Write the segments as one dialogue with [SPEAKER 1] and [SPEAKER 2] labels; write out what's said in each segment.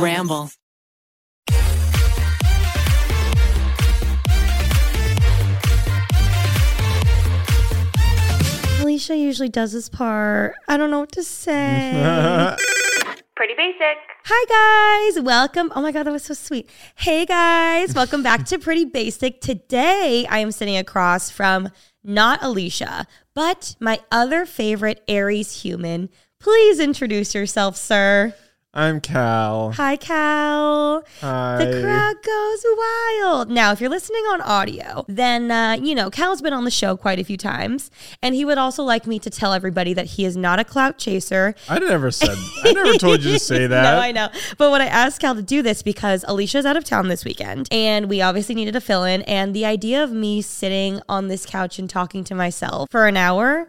[SPEAKER 1] Ramble.
[SPEAKER 2] Alicia usually does this part. I don't know what to say.
[SPEAKER 3] Pretty basic.
[SPEAKER 2] Hi guys, welcome. Oh my god, that was so sweet. Hey guys, welcome back to Pretty Basic. Today I am sitting across from not Alicia, but my other favorite Aries human. Please introduce yourself, sir.
[SPEAKER 4] I'm Cal.
[SPEAKER 2] Hi, Cal. The
[SPEAKER 4] Hi.
[SPEAKER 2] crowd goes wild. Now, if you're listening on audio, then, uh, you know, Cal's been on the show quite a few times. And he would also like me to tell everybody that he is not a clout chaser.
[SPEAKER 4] I never said. I never told you to say that.
[SPEAKER 2] no, I know. But when I asked Cal to do this, because Alicia's out of town this weekend, and we obviously needed a fill in, and the idea of me sitting on this couch and talking to myself for an hour,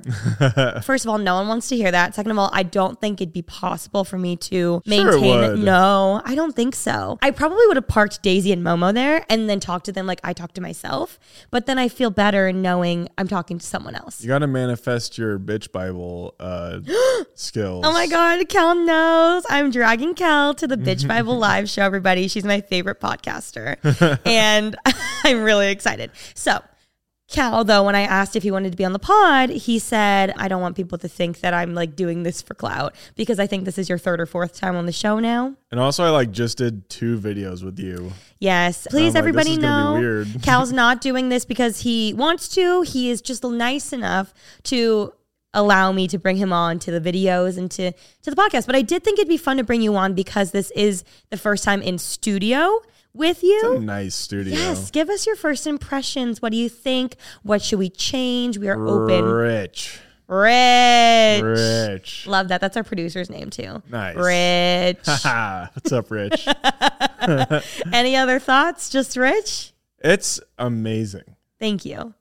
[SPEAKER 2] first of all, no one wants to hear that. Second of all, I don't think it'd be possible for me to
[SPEAKER 4] Sure it
[SPEAKER 2] maintain.
[SPEAKER 4] would.
[SPEAKER 2] No, I don't think so. I probably would have parked Daisy and Momo there and then talked to them like I talked to myself. But then I feel better in knowing I'm talking to someone else.
[SPEAKER 4] You got to manifest your bitch Bible uh, skills.
[SPEAKER 2] Oh my God, Cal knows. I'm dragging Cal to the Bitch Bible Live show, everybody. She's my favorite podcaster. and I'm really excited. So, Cal, though, when I asked if he wanted to be on the pod, he said, I don't want people to think that I'm like doing this for clout because I think this is your third or fourth time on the show now.
[SPEAKER 4] And also, I like just did two videos with you.
[SPEAKER 2] Yes. Please,
[SPEAKER 4] like,
[SPEAKER 2] everybody
[SPEAKER 4] this is gonna be
[SPEAKER 2] know
[SPEAKER 4] weird.
[SPEAKER 2] Cal's not doing this because he wants to. He is just nice enough to allow me to bring him on to the videos and to, to the podcast. But I did think it'd be fun to bring you on because this is the first time in studio with
[SPEAKER 4] It's a
[SPEAKER 2] you.
[SPEAKER 4] nice studio.
[SPEAKER 2] Yes. Give us your first impressions. What do you think? What should we change? We are open.
[SPEAKER 4] Rich.
[SPEAKER 2] Rich.
[SPEAKER 4] Rich.
[SPEAKER 2] Love that. That's our producer's name too.
[SPEAKER 4] Nice.
[SPEAKER 2] Rich.
[SPEAKER 4] Haha. What's up, Rich?
[SPEAKER 2] Any other thoughts? Just Rich?
[SPEAKER 4] it's amazing.
[SPEAKER 2] Thank you.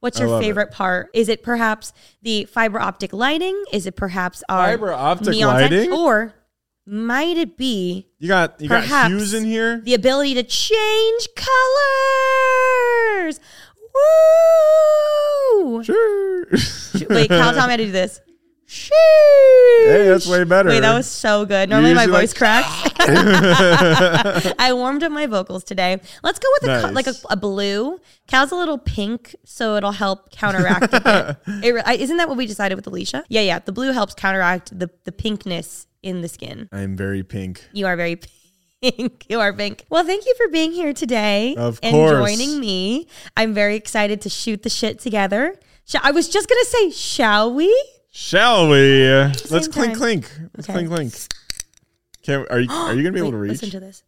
[SPEAKER 2] What's
[SPEAKER 4] I
[SPEAKER 2] your
[SPEAKER 4] love it.
[SPEAKER 2] favorite part? Is it perhaps the fiber optic lighting? Is it perhaps our
[SPEAKER 4] Fiber optic
[SPEAKER 2] neon sign?
[SPEAKER 4] lighting?
[SPEAKER 2] Or might it be
[SPEAKER 4] You got you
[SPEAKER 2] Perhaps
[SPEAKER 4] got hues in here.
[SPEAKER 2] the ability to change colors? Woo!
[SPEAKER 4] sure.
[SPEAKER 2] Wait, Cal, tell me how to do this.
[SPEAKER 4] Hey, that's way better.
[SPEAKER 2] Wait, that was so good. Normally my
[SPEAKER 4] usually
[SPEAKER 2] voice cracks. I warmed up my vocals today. Let's go with a co-
[SPEAKER 4] Nice.
[SPEAKER 2] like a, a blue. Cal's a little pink, so it'll help counteract. it. It, re- I- isn't that what we decided with Alicia? Yeah, yeah. The blue helps counteract the the pinkness in the skin.
[SPEAKER 4] I'm very pink.
[SPEAKER 2] You are very pink. You are pink. Well, thank you for being here today
[SPEAKER 4] Of
[SPEAKER 2] and
[SPEAKER 4] course.
[SPEAKER 2] joining me. I'm very excited to shoot the shit together. Sh- I was just gonna say, shall we?
[SPEAKER 4] Shall we? Let's clink
[SPEAKER 2] time.
[SPEAKER 4] clink. Let's
[SPEAKER 2] Okay.
[SPEAKER 4] clink clink. Can are you are you gonna be able to
[SPEAKER 2] Wait,
[SPEAKER 4] reach?
[SPEAKER 2] Listen to this.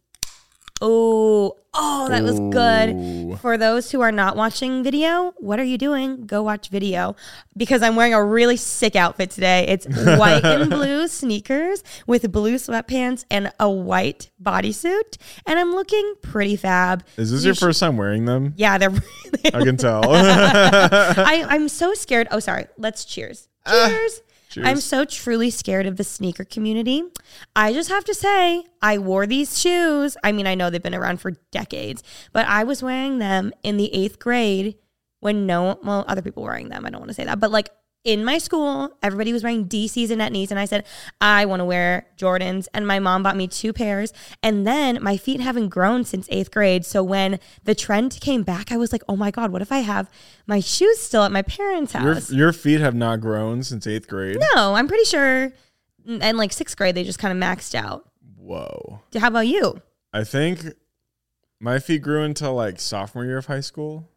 [SPEAKER 2] Oh, oh, that was
[SPEAKER 4] Ooh.
[SPEAKER 2] good. For those who are not watching video, what are you doing? Go watch video because I'm wearing a really sick outfit today. It's white and blue sneakers with blue sweatpants and a white bodysuit, and I'm looking pretty fab.
[SPEAKER 4] Is this
[SPEAKER 2] You
[SPEAKER 4] your
[SPEAKER 2] sh-
[SPEAKER 4] first time wearing them?
[SPEAKER 2] Yeah, they're.
[SPEAKER 4] I can tell.
[SPEAKER 2] I, I'm so scared. Oh, sorry. Let's cheers. Cheers.
[SPEAKER 4] cheers.
[SPEAKER 2] I'm so truly scared of the sneaker community. I just have to say, I wore these shoes. I mean, I know they've been around for decades, but I was wearing them in the eighth grade when no, well, other people were wearing them. I don't want to say that, but like in my school, everybody was wearing DCs and net knees. And I said, I want to wear Jordans. And my mom bought me two pairs. And then my feet haven't grown since eighth grade. So when the trend came back, I was like, oh my God, what if I have my shoes still at my parents'
[SPEAKER 4] your
[SPEAKER 2] house?
[SPEAKER 4] your feet have not grown since eighth grade.
[SPEAKER 2] No, I'm pretty sure and like sixth grade, they just kind of maxed out.
[SPEAKER 4] Whoa.
[SPEAKER 2] How about you?
[SPEAKER 4] I think my feet grew until like sophomore year of high school.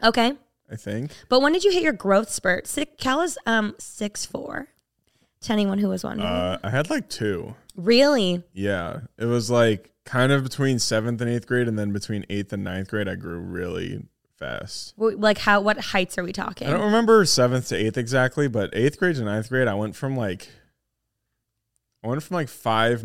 [SPEAKER 2] Okay.
[SPEAKER 4] I think.
[SPEAKER 2] But when did you hit your growth spurt? Six, Cal is um six four. To anyone who was wondering,
[SPEAKER 4] Uh, I had like two.
[SPEAKER 2] really?
[SPEAKER 4] Yeah. It was like kind of between seventh and eighth grade, and then between eighth and ninth grade, I grew really fast.
[SPEAKER 2] W- Like how? What heights are we talking?
[SPEAKER 4] I don't remember seventh to eighth exactly, but eighth grade to ninth grade, I went from like I went from like five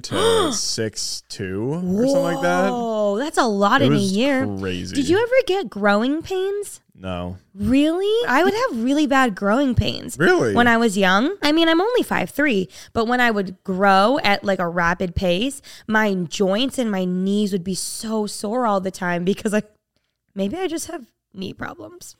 [SPEAKER 4] to six two or something like that.
[SPEAKER 2] Oh, that's a lot
[SPEAKER 4] It
[SPEAKER 2] in a
[SPEAKER 4] was
[SPEAKER 2] year.
[SPEAKER 4] Crazy.
[SPEAKER 2] Did you ever get growing pains?
[SPEAKER 4] No.
[SPEAKER 2] Really? I would have really bad growing pains.
[SPEAKER 4] Really?
[SPEAKER 2] When I was young, I mean, I'm only five three, but when I would grow at like a rapid pace, my joints and my knees would be so sore all the time because I maybe I just have knee problems.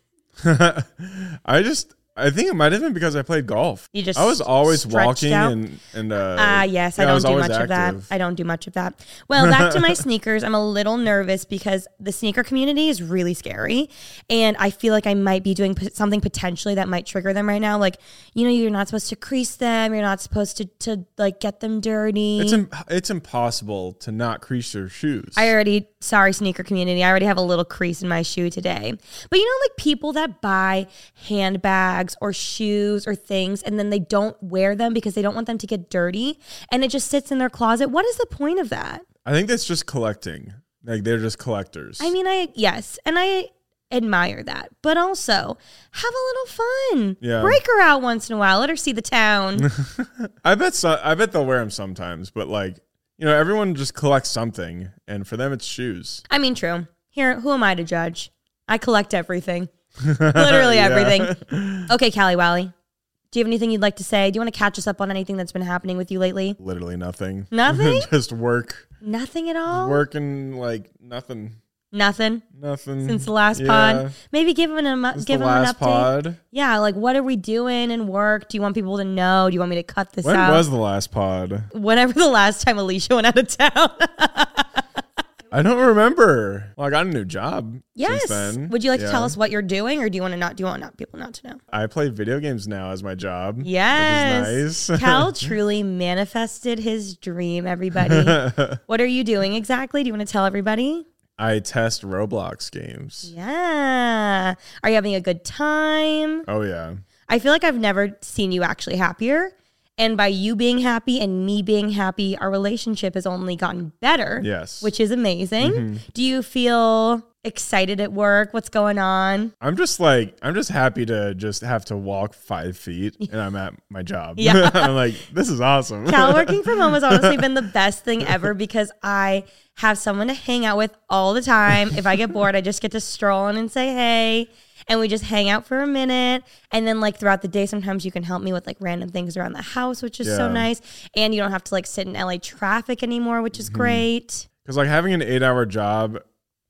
[SPEAKER 4] I just I think it might have been because I played golf.
[SPEAKER 2] You just
[SPEAKER 4] I was always
[SPEAKER 2] stretched
[SPEAKER 4] walking
[SPEAKER 2] out?
[SPEAKER 4] and and uh
[SPEAKER 2] Ah, yes,
[SPEAKER 4] yeah,
[SPEAKER 2] I don't
[SPEAKER 4] was
[SPEAKER 2] do
[SPEAKER 4] always
[SPEAKER 2] much of that.
[SPEAKER 4] active.
[SPEAKER 2] I don't do much of that. Well, back to my sneakers. I'm a little nervous because the sneaker community is really scary, and I feel like I might be doing p- something potentially that might trigger them right now. Like, you know, you're not supposed to crease them. You're not supposed to to like get them dirty.
[SPEAKER 4] It's Im- it's impossible to not crease your shoes.
[SPEAKER 2] I already, sorry, sneaker community, I already have a little crease in my shoe today. But you know, like people that buy handbags or shoes or things and then they don't wear them because they don't want them to get dirty and it just sits in their closet. What is the point of that?
[SPEAKER 4] I think that's just collecting. Like they're just collectors.
[SPEAKER 2] I mean, I, yes, and I admire that, but also have a little fun.
[SPEAKER 4] Yeah.
[SPEAKER 2] Break her out once in a while, let her see the town.
[SPEAKER 4] I bet so- I bet they'll wear them sometimes, but like you know, everyone just collects something, and for them, it's shoes.
[SPEAKER 2] I mean, true. Here, who am I to judge? I collect everything, literally
[SPEAKER 4] Yeah.
[SPEAKER 2] everything. Okay, Callie Wally, do you have anything you'd like to say? Do you want to catch us up on anything that's been happening with you lately?
[SPEAKER 4] Literally nothing.
[SPEAKER 2] Nothing? Oh.
[SPEAKER 4] just work,
[SPEAKER 2] Nothing at all.
[SPEAKER 4] working like nothing,
[SPEAKER 2] Nothing
[SPEAKER 4] nothing
[SPEAKER 2] since the last
[SPEAKER 4] Yeah.
[SPEAKER 2] pod. Maybe give him an
[SPEAKER 4] Since
[SPEAKER 2] give
[SPEAKER 4] the
[SPEAKER 2] him an update.
[SPEAKER 4] last pod.
[SPEAKER 2] Yeah, like what are we doing in work? Do you want people to know? Do you want me to cut this
[SPEAKER 4] When
[SPEAKER 2] out?
[SPEAKER 4] was the last pod?
[SPEAKER 2] Whenever the last time Alicia went out of town.
[SPEAKER 4] I don't remember. Well, I got a new job.
[SPEAKER 2] yes.
[SPEAKER 4] Since then.
[SPEAKER 2] Would you like
[SPEAKER 4] Yeah.
[SPEAKER 2] to tell us what you're doing, or do you want to not? Do you want not people not to know?
[SPEAKER 4] I play video games now as my job. which is
[SPEAKER 2] Yes.
[SPEAKER 4] nice.
[SPEAKER 2] Cal truly manifested his dream, everybody. what are you doing exactly? Do you want to tell everybody?
[SPEAKER 4] I test Roblox games.
[SPEAKER 2] Yeah. Are you having a good time?
[SPEAKER 4] Oh yeah.
[SPEAKER 2] I feel like I've never seen you actually happier. And by you being happy and me being happy, our relationship has only gotten better.
[SPEAKER 4] Yes. Mm-hmm.
[SPEAKER 2] Which is amazing. Do you feel excited at work? What's going on?
[SPEAKER 4] I'm just like I'm just happy to just have to walk five feet and I'm at my job.
[SPEAKER 2] Yeah.
[SPEAKER 4] I'm like, this is awesome.
[SPEAKER 2] Cal working from home has honestly been the best thing ever because I have someone to hang out with all the time. If I get bored, I just get to stroll in and say hey. And we just hang out for a minute. And then, like, throughout the day, sometimes you can help me with like random things around the house, which is so
[SPEAKER 4] Yeah.
[SPEAKER 2] nice. And you don't have to like sit in LA traffic anymore, which
[SPEAKER 4] Mm-hmm.
[SPEAKER 2] is great.
[SPEAKER 4] Because like having an eight hour job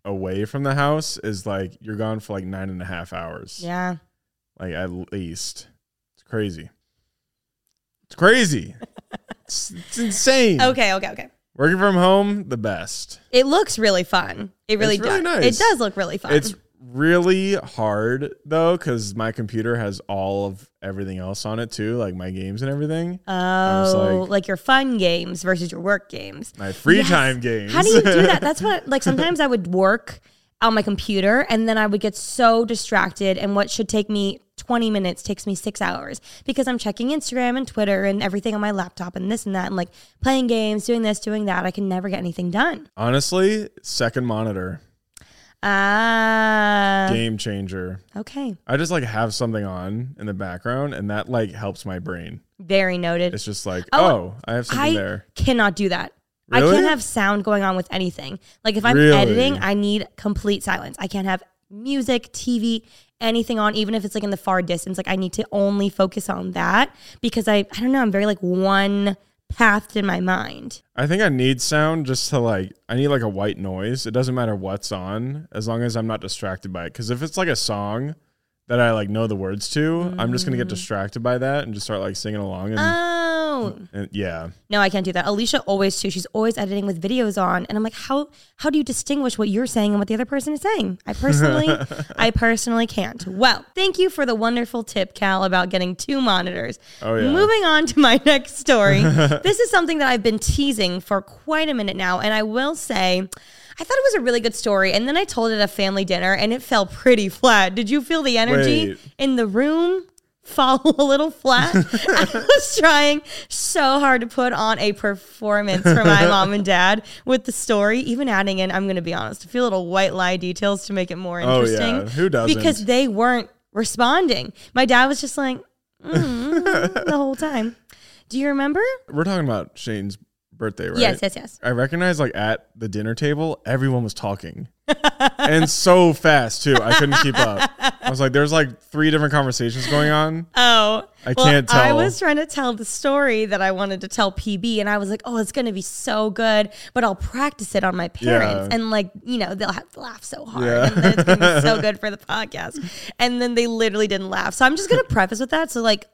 [SPEAKER 4] away from the house is like you're gone for like nine and a half hours.
[SPEAKER 2] Yeah.
[SPEAKER 4] Like at least. It's crazy. It's crazy. it's, it's insane.
[SPEAKER 2] Okay. Okay. Okay.
[SPEAKER 4] Working from home, the best.
[SPEAKER 2] It looks really fun. It really
[SPEAKER 4] It's
[SPEAKER 2] does.
[SPEAKER 4] really nice.
[SPEAKER 2] It does look really fun.
[SPEAKER 4] It's really hard though, because my computer has all of everything else on it too, like my games and everything. was
[SPEAKER 2] Oh, like,
[SPEAKER 4] like-
[SPEAKER 2] your fun games versus your work games.
[SPEAKER 4] My free
[SPEAKER 2] Yes.
[SPEAKER 4] time games.
[SPEAKER 2] How do you do that? That's what like sometimes I would work on my computer and then I would get so distracted and what should take me 20 minutes takes me 6 hours because I'm checking Instagram and Twitter and everything on my laptop and this and that and like playing games, doing this, doing that. I can never get anything done.
[SPEAKER 4] Honestly, second monitor,
[SPEAKER 2] Ah.
[SPEAKER 4] game changer.
[SPEAKER 2] okay.
[SPEAKER 4] I just like have something on in the background, and that like helps my brain.
[SPEAKER 2] Very noted.
[SPEAKER 4] It's just like,
[SPEAKER 2] Oh,
[SPEAKER 4] oh, I have something
[SPEAKER 2] I
[SPEAKER 4] there.
[SPEAKER 2] cannot do that. I
[SPEAKER 4] Really?
[SPEAKER 2] can't have sound going on with anything. Like if I'm
[SPEAKER 4] Really?
[SPEAKER 2] editing, I need complete silence. I can't have music, TV, anything on, even if it's like in the far distance. Like I need to only focus on that because I, I don't know, I'm very like one pathed in my mind.
[SPEAKER 4] I think I need sound just to like, I need like a white noise. It doesn't matter what's on as long as I'm not distracted by it. Cause if it's like a song
[SPEAKER 2] Mm.
[SPEAKER 4] that I like know the words to, I'm just gonna get distracted by that and just start like singing along and
[SPEAKER 2] Oh, out.
[SPEAKER 4] And yeah.
[SPEAKER 2] No, I can't do that. Alicia always too. She's always editing with videos on, and I'm like, how how do you distinguish what you're saying and what the other person is saying? I personally, I personally can't. Well, thank you for the wonderful tip, Cal, about getting two monitors.
[SPEAKER 4] Oh, yeah.
[SPEAKER 2] Moving on to my next story. this is something that I've been teasing for quite a minute now, and I will say, I thought it was a really good story, and then I told it at a family dinner, and it fell pretty flat. Did you feel the energy
[SPEAKER 4] Wait.
[SPEAKER 2] in the room? fall a little flat. I was trying so hard to put on a performance for my mom and dad with the story, even adding in, I'm going to be honest, a few little white lie details to make it more
[SPEAKER 4] Oh,
[SPEAKER 2] interesting.
[SPEAKER 4] yeah. Who doesn't?
[SPEAKER 2] Because they weren't responding. My dad was just like, mm, the whole time. Do you remember?
[SPEAKER 4] We're talking about Shane's birthday, right?
[SPEAKER 2] Yes, yes, yes.
[SPEAKER 4] I recognize like at the dinner table, everyone was talking. and so fast too. I couldn't keep up. I was like, there's like three different conversations going on.
[SPEAKER 2] Oh,
[SPEAKER 4] I
[SPEAKER 2] well,
[SPEAKER 4] can't
[SPEAKER 2] I
[SPEAKER 4] tell.
[SPEAKER 2] was trying to tell the story that I wanted to tell PB, and I was like, "Oh, it's going to be so good," but I'll practice it on my parents,
[SPEAKER 4] Yeah.
[SPEAKER 2] and like you know, they'll have to laugh so hard,
[SPEAKER 4] Yeah.
[SPEAKER 2] and then it's going to be so good for the podcast. And then they literally didn't laugh, so I'm just going to preface with that. So like,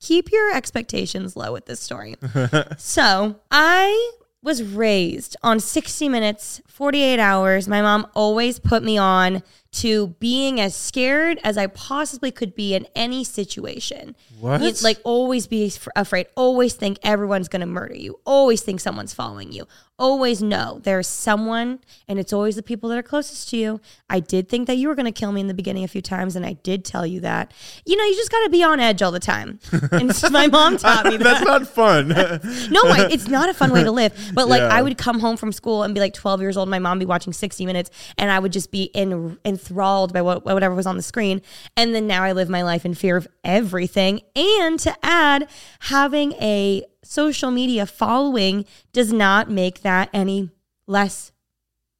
[SPEAKER 2] keep your expectations low with this story. so I was raised on 60 minutes, 48 hours. My mom always put me on to being as scared as I possibly could be in any situation.
[SPEAKER 4] What?
[SPEAKER 2] You'd, like always be f- afraid. Always think everyone's going to murder you. Always think someone's following you. Always know there's someone, and it's always the people that are closest to you. I did think that you were going to kill me in the beginning a few times, and I did tell you that. You know, you just got to be on edge all the time. And so my mom taught me that.
[SPEAKER 4] That's not fun.
[SPEAKER 2] No, I, it's not a fun way to live. But like,
[SPEAKER 4] Yeah.
[SPEAKER 2] I would come home from school and be like 12 years old. My mom be watching 60 Minutes, and I would just be in, enthralled by what, whatever was on the screen. And then now I live my life in fear of everything. And to add, having a social media following does not make that any less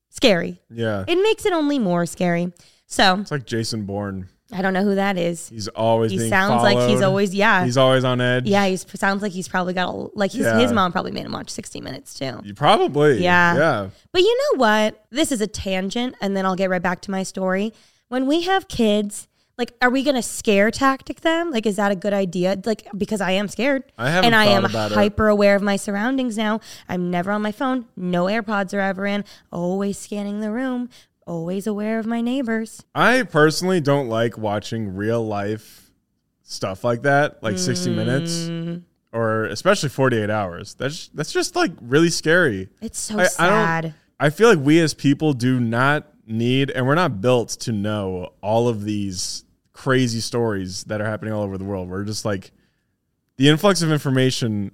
[SPEAKER 2] scary.
[SPEAKER 4] yeah.
[SPEAKER 2] It makes it only more scary. So
[SPEAKER 4] It's like Jason Bourne.
[SPEAKER 2] I don't know who that is.
[SPEAKER 4] He's always
[SPEAKER 2] He
[SPEAKER 4] being
[SPEAKER 2] sounds like he's
[SPEAKER 4] followed.
[SPEAKER 2] always yeah.
[SPEAKER 4] He's always on edge.
[SPEAKER 2] yeah, he sounds like he's probably got a, like his,
[SPEAKER 4] Yeah.
[SPEAKER 2] his mom probably made him watch 60 minutes too.
[SPEAKER 4] You probably.
[SPEAKER 2] Yeah.
[SPEAKER 4] Yeah.
[SPEAKER 2] But you know what? This is a tangent, and then I'll get right back to my story. When we have kids, like, are we gonna scare tactic them? Like, is that a good idea? Like, because I am scared,
[SPEAKER 4] I haven't
[SPEAKER 2] and I
[SPEAKER 4] thought
[SPEAKER 2] am
[SPEAKER 4] about it.
[SPEAKER 2] hyper aware of my surroundings now. I'm never on my phone. No AirPods are ever in. Always scanning the room. Always aware of my neighbors.
[SPEAKER 4] I personally don't like watching real life stuff like that, like 60
[SPEAKER 2] Mm.
[SPEAKER 4] minutes or especially 48 hours. That's that's just like really scary.
[SPEAKER 2] It's so
[SPEAKER 4] I, I
[SPEAKER 2] sad.
[SPEAKER 4] don't I feel like we as people do not need and we're not built to know all of these crazy stories that are happening all over the world. We're just like the influx of information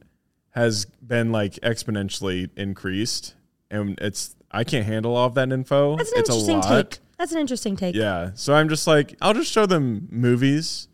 [SPEAKER 4] has been like exponentially increased and it's I can't handle all of that info.
[SPEAKER 2] That's an
[SPEAKER 4] it's a
[SPEAKER 2] interesting
[SPEAKER 4] lot.
[SPEAKER 2] take. That's an interesting take.
[SPEAKER 4] Yeah. So I'm just like, I'll just show them movies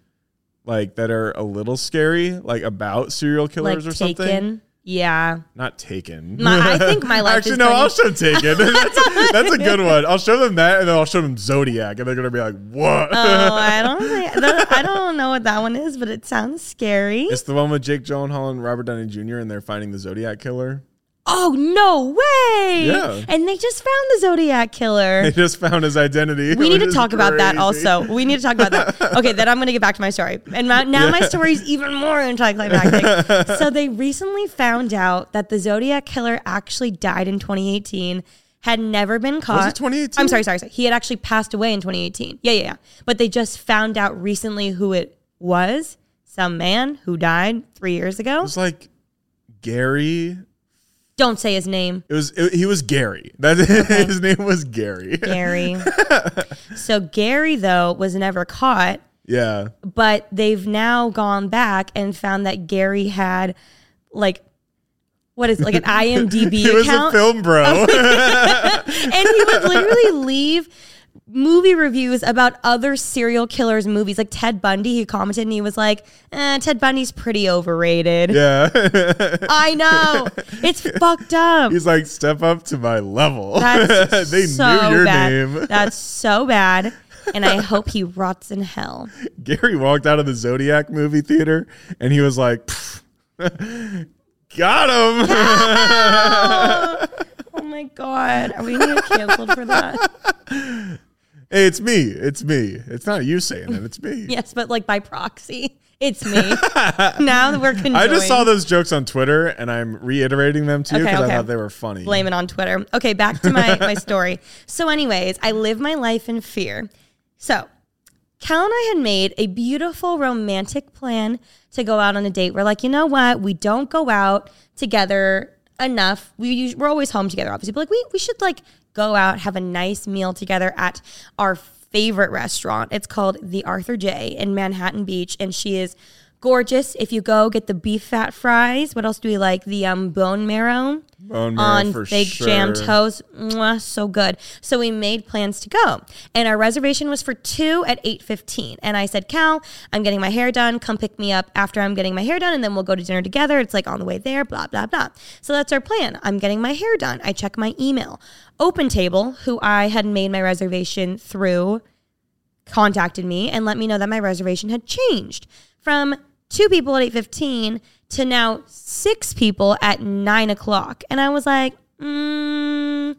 [SPEAKER 4] like that are a little scary, like about serial
[SPEAKER 2] like
[SPEAKER 4] killers or
[SPEAKER 2] taken.
[SPEAKER 4] something.
[SPEAKER 2] Yeah,
[SPEAKER 4] Not taken.
[SPEAKER 2] My- I think my life
[SPEAKER 4] Actually,
[SPEAKER 2] is
[SPEAKER 4] no,
[SPEAKER 2] pretty-
[SPEAKER 4] I'll show Taken. that's, a, that's a good one. I'll show them that, and then I'll show them Zodiac, and they're gonna be like, "What?"
[SPEAKER 2] oh, I don't, think, I don't know what that one is, but it sounds scary.
[SPEAKER 4] it's the one with Jake Gyllenhaal and Robert Downey Jr. and they're finding the Zodiac killer.
[SPEAKER 2] Oh no way!
[SPEAKER 4] Yeah.
[SPEAKER 2] and they just found the Zodiac
[SPEAKER 4] They
[SPEAKER 2] killer.
[SPEAKER 4] just found his identity.
[SPEAKER 2] We
[SPEAKER 4] which
[SPEAKER 2] need to
[SPEAKER 4] is
[SPEAKER 2] talk about that
[SPEAKER 4] crazy.
[SPEAKER 2] also. We need to talk about that. Okay, then I'm going to get back to my story. And my, now my story is even more anticlimactic. so they recently found out that the Zodiac killer actually died in 2018, had never been caught.
[SPEAKER 4] 2018?
[SPEAKER 2] I'm sorry, sorry, sorry. He had actually passed away in 2018. Yeah, yeah, yeah. But they just found out recently who it was. Some man who died three years
[SPEAKER 4] It
[SPEAKER 2] ago.
[SPEAKER 4] was like Gary.
[SPEAKER 2] Don't say his name.
[SPEAKER 4] It was it, he was Gary. That his name was Gary.
[SPEAKER 2] Gary. so Gary though was never caught,
[SPEAKER 4] Yeah.
[SPEAKER 2] but they've now gone back and found that Gary had like what is it, like an IMDb
[SPEAKER 4] He was a
[SPEAKER 2] account, Oh.
[SPEAKER 4] film bro.
[SPEAKER 2] and he would literally leave movie reviews about other serial killers movies like Ted Bundy he commented and he was like eh, Ted Bundy's pretty overrated
[SPEAKER 4] yeah.
[SPEAKER 2] I know it's fucked up
[SPEAKER 4] He's like, step up to my level.
[SPEAKER 2] That's
[SPEAKER 4] they
[SPEAKER 2] so
[SPEAKER 4] knew your
[SPEAKER 2] bad.
[SPEAKER 4] name.
[SPEAKER 2] That's so bad. And I hope he rots in hell.
[SPEAKER 4] Gary walked out of the Zodiac movie theater and he was like, "Pfft, got him.
[SPEAKER 2] oh, Oh my god. Are we gonna get canceled for that?
[SPEAKER 4] hey, it's me. It's me. It's not you saying it. It's me.
[SPEAKER 2] Yes, but like by proxy. It's me. now that we're conjoined.
[SPEAKER 4] I just saw those jokes on Twitter and I'm reiterating them to you
[SPEAKER 2] Okay,
[SPEAKER 4] because
[SPEAKER 2] okay.
[SPEAKER 4] I thought they were funny.
[SPEAKER 2] Blame it on Twitter. Okay, back to my, my story. So, anyways, I live my life in fear. So, Cal and I had made a beautiful romantic plan to go out on a date. We're like, you know what? We don't go out together enough. We us- we're always home together, obviously, but like we we should like go out, have a nice meal together at our favorite restaurant. It's called the Arthur J in Manhattan Beach, and she is gorgeous. If you go, get the beef fat fries. What else do we like? The um bone marrow
[SPEAKER 4] Bone marrow
[SPEAKER 2] on
[SPEAKER 4] for
[SPEAKER 2] fake jam
[SPEAKER 4] sure.
[SPEAKER 2] toast. Mwah, so good. So we made plans to go, and our reservation was for two at eight fifteen. And I said, Cal, I'm getting my hair done. Come pick me up after I'm getting my hair done, and then we'll go to dinner together. It's like on the way there. Blah blah blah. So that's our plan. I'm getting my hair done. I check my email. Open Table, who I had made my reservation through contacted me and let me know that my reservation had changed from two people at 8.15 to now six people at 9 o'clock and i was like mm,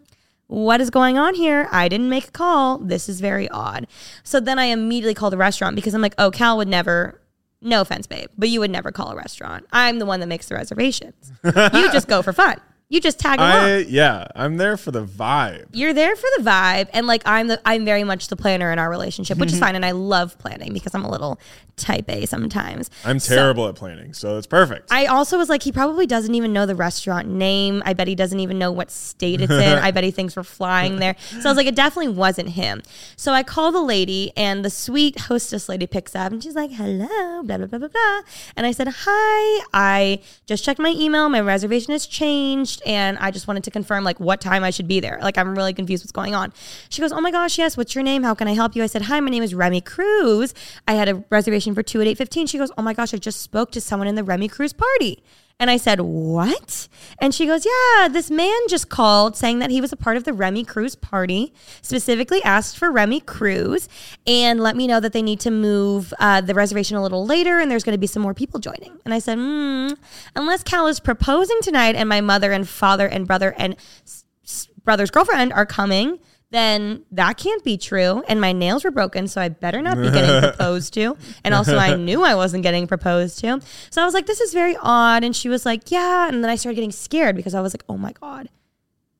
[SPEAKER 2] what is going on here i didn't make a call this is very odd so then i immediately called the restaurant because i'm like oh cal would never no offense babe but you would never call a restaurant i'm the one that makes the reservations you just go for fun you just tag along
[SPEAKER 4] I yeah, I'm there for the vibe.
[SPEAKER 2] you're there for the vibe and like i'm the i'm very much the planner in our relationship which is fine and i love planning because i'm a little type a sometimes
[SPEAKER 4] I'm terrible at planning, so that's perfect.
[SPEAKER 2] i also was like he probably doesn't even know the restaurant name i bet he doesn't even know what state it's in i bet he thinks we're flying there so i was like it definitely wasn't him so i call the lady and the sweet hostess lady picks up and she's like hello blah blah blah blah blah and i said hi i just checked my email my reservation has changed and i just wanted to confirm like what time i should be there like i'm really confused what's going on she goes oh my gosh yes what's your name how can i help you i said hi my name is remy cruz i had a reservation for 2 at 8.15 she goes oh my gosh i just spoke to someone in the remy cruz party and I said, What? And she goes, Yeah, this man just called saying that he was a part of the Remy Cruz party, specifically asked for Remy Cruz and let me know that they need to move uh, the reservation a little later and there's going to be some more people joining. And I said, Hmm, unless Cal is proposing tonight and my mother and father and brother and s- s- brother's girlfriend are coming. Then that can't be true. And my nails were broken, so I better not be getting proposed to. And also, I knew I wasn't getting proposed to. So I was like, this is very odd. And she was like, yeah. And then I started getting scared because I was like, oh my God,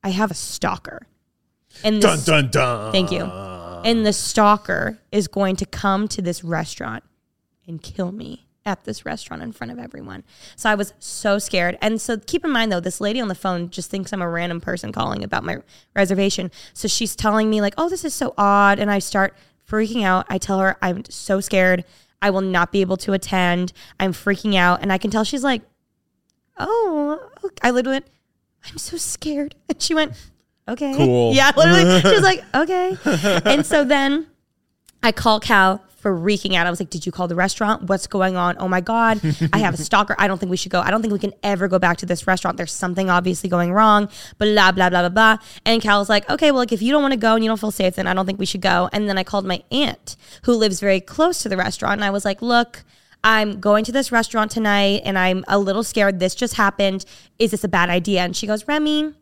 [SPEAKER 2] I have a stalker. And
[SPEAKER 4] dun
[SPEAKER 2] this,
[SPEAKER 4] dun dun.
[SPEAKER 2] thank you. And the stalker is going to come to this restaurant and kill me at this restaurant in front of everyone. So I was so scared. And so keep in mind though, this lady on the phone just thinks I'm a random person calling about my reservation. So she's telling me like, "Oh, this is so odd." And I start freaking out. I tell her I'm so scared. I will not be able to attend. I'm freaking out and I can tell she's like, "Oh, okay." I literally went, "I'm so scared." And she went, "Okay."
[SPEAKER 4] Cool.
[SPEAKER 2] Yeah, literally. she was like, "Okay." And so then I call Cal freaking out. I was like, Did you call the restaurant? What's going on? Oh my God. I have a stalker. I don't think we should go. I don't think we can ever go back to this restaurant. There's something obviously going wrong. Blah, blah, blah, blah, blah. And Cal's like, Okay, well, like if you don't want to go and you don't feel safe, then I don't think we should go. And then I called my aunt who lives very close to the restaurant. And I was like, Look, I'm going to this restaurant tonight and I'm a little scared. This just happened. Is this a bad idea? And she goes, Remy,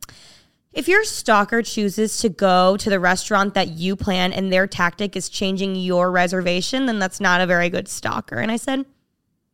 [SPEAKER 2] if your stalker chooses to go to the restaurant that you plan and their tactic is changing your reservation, then that's not a very good stalker. And I said,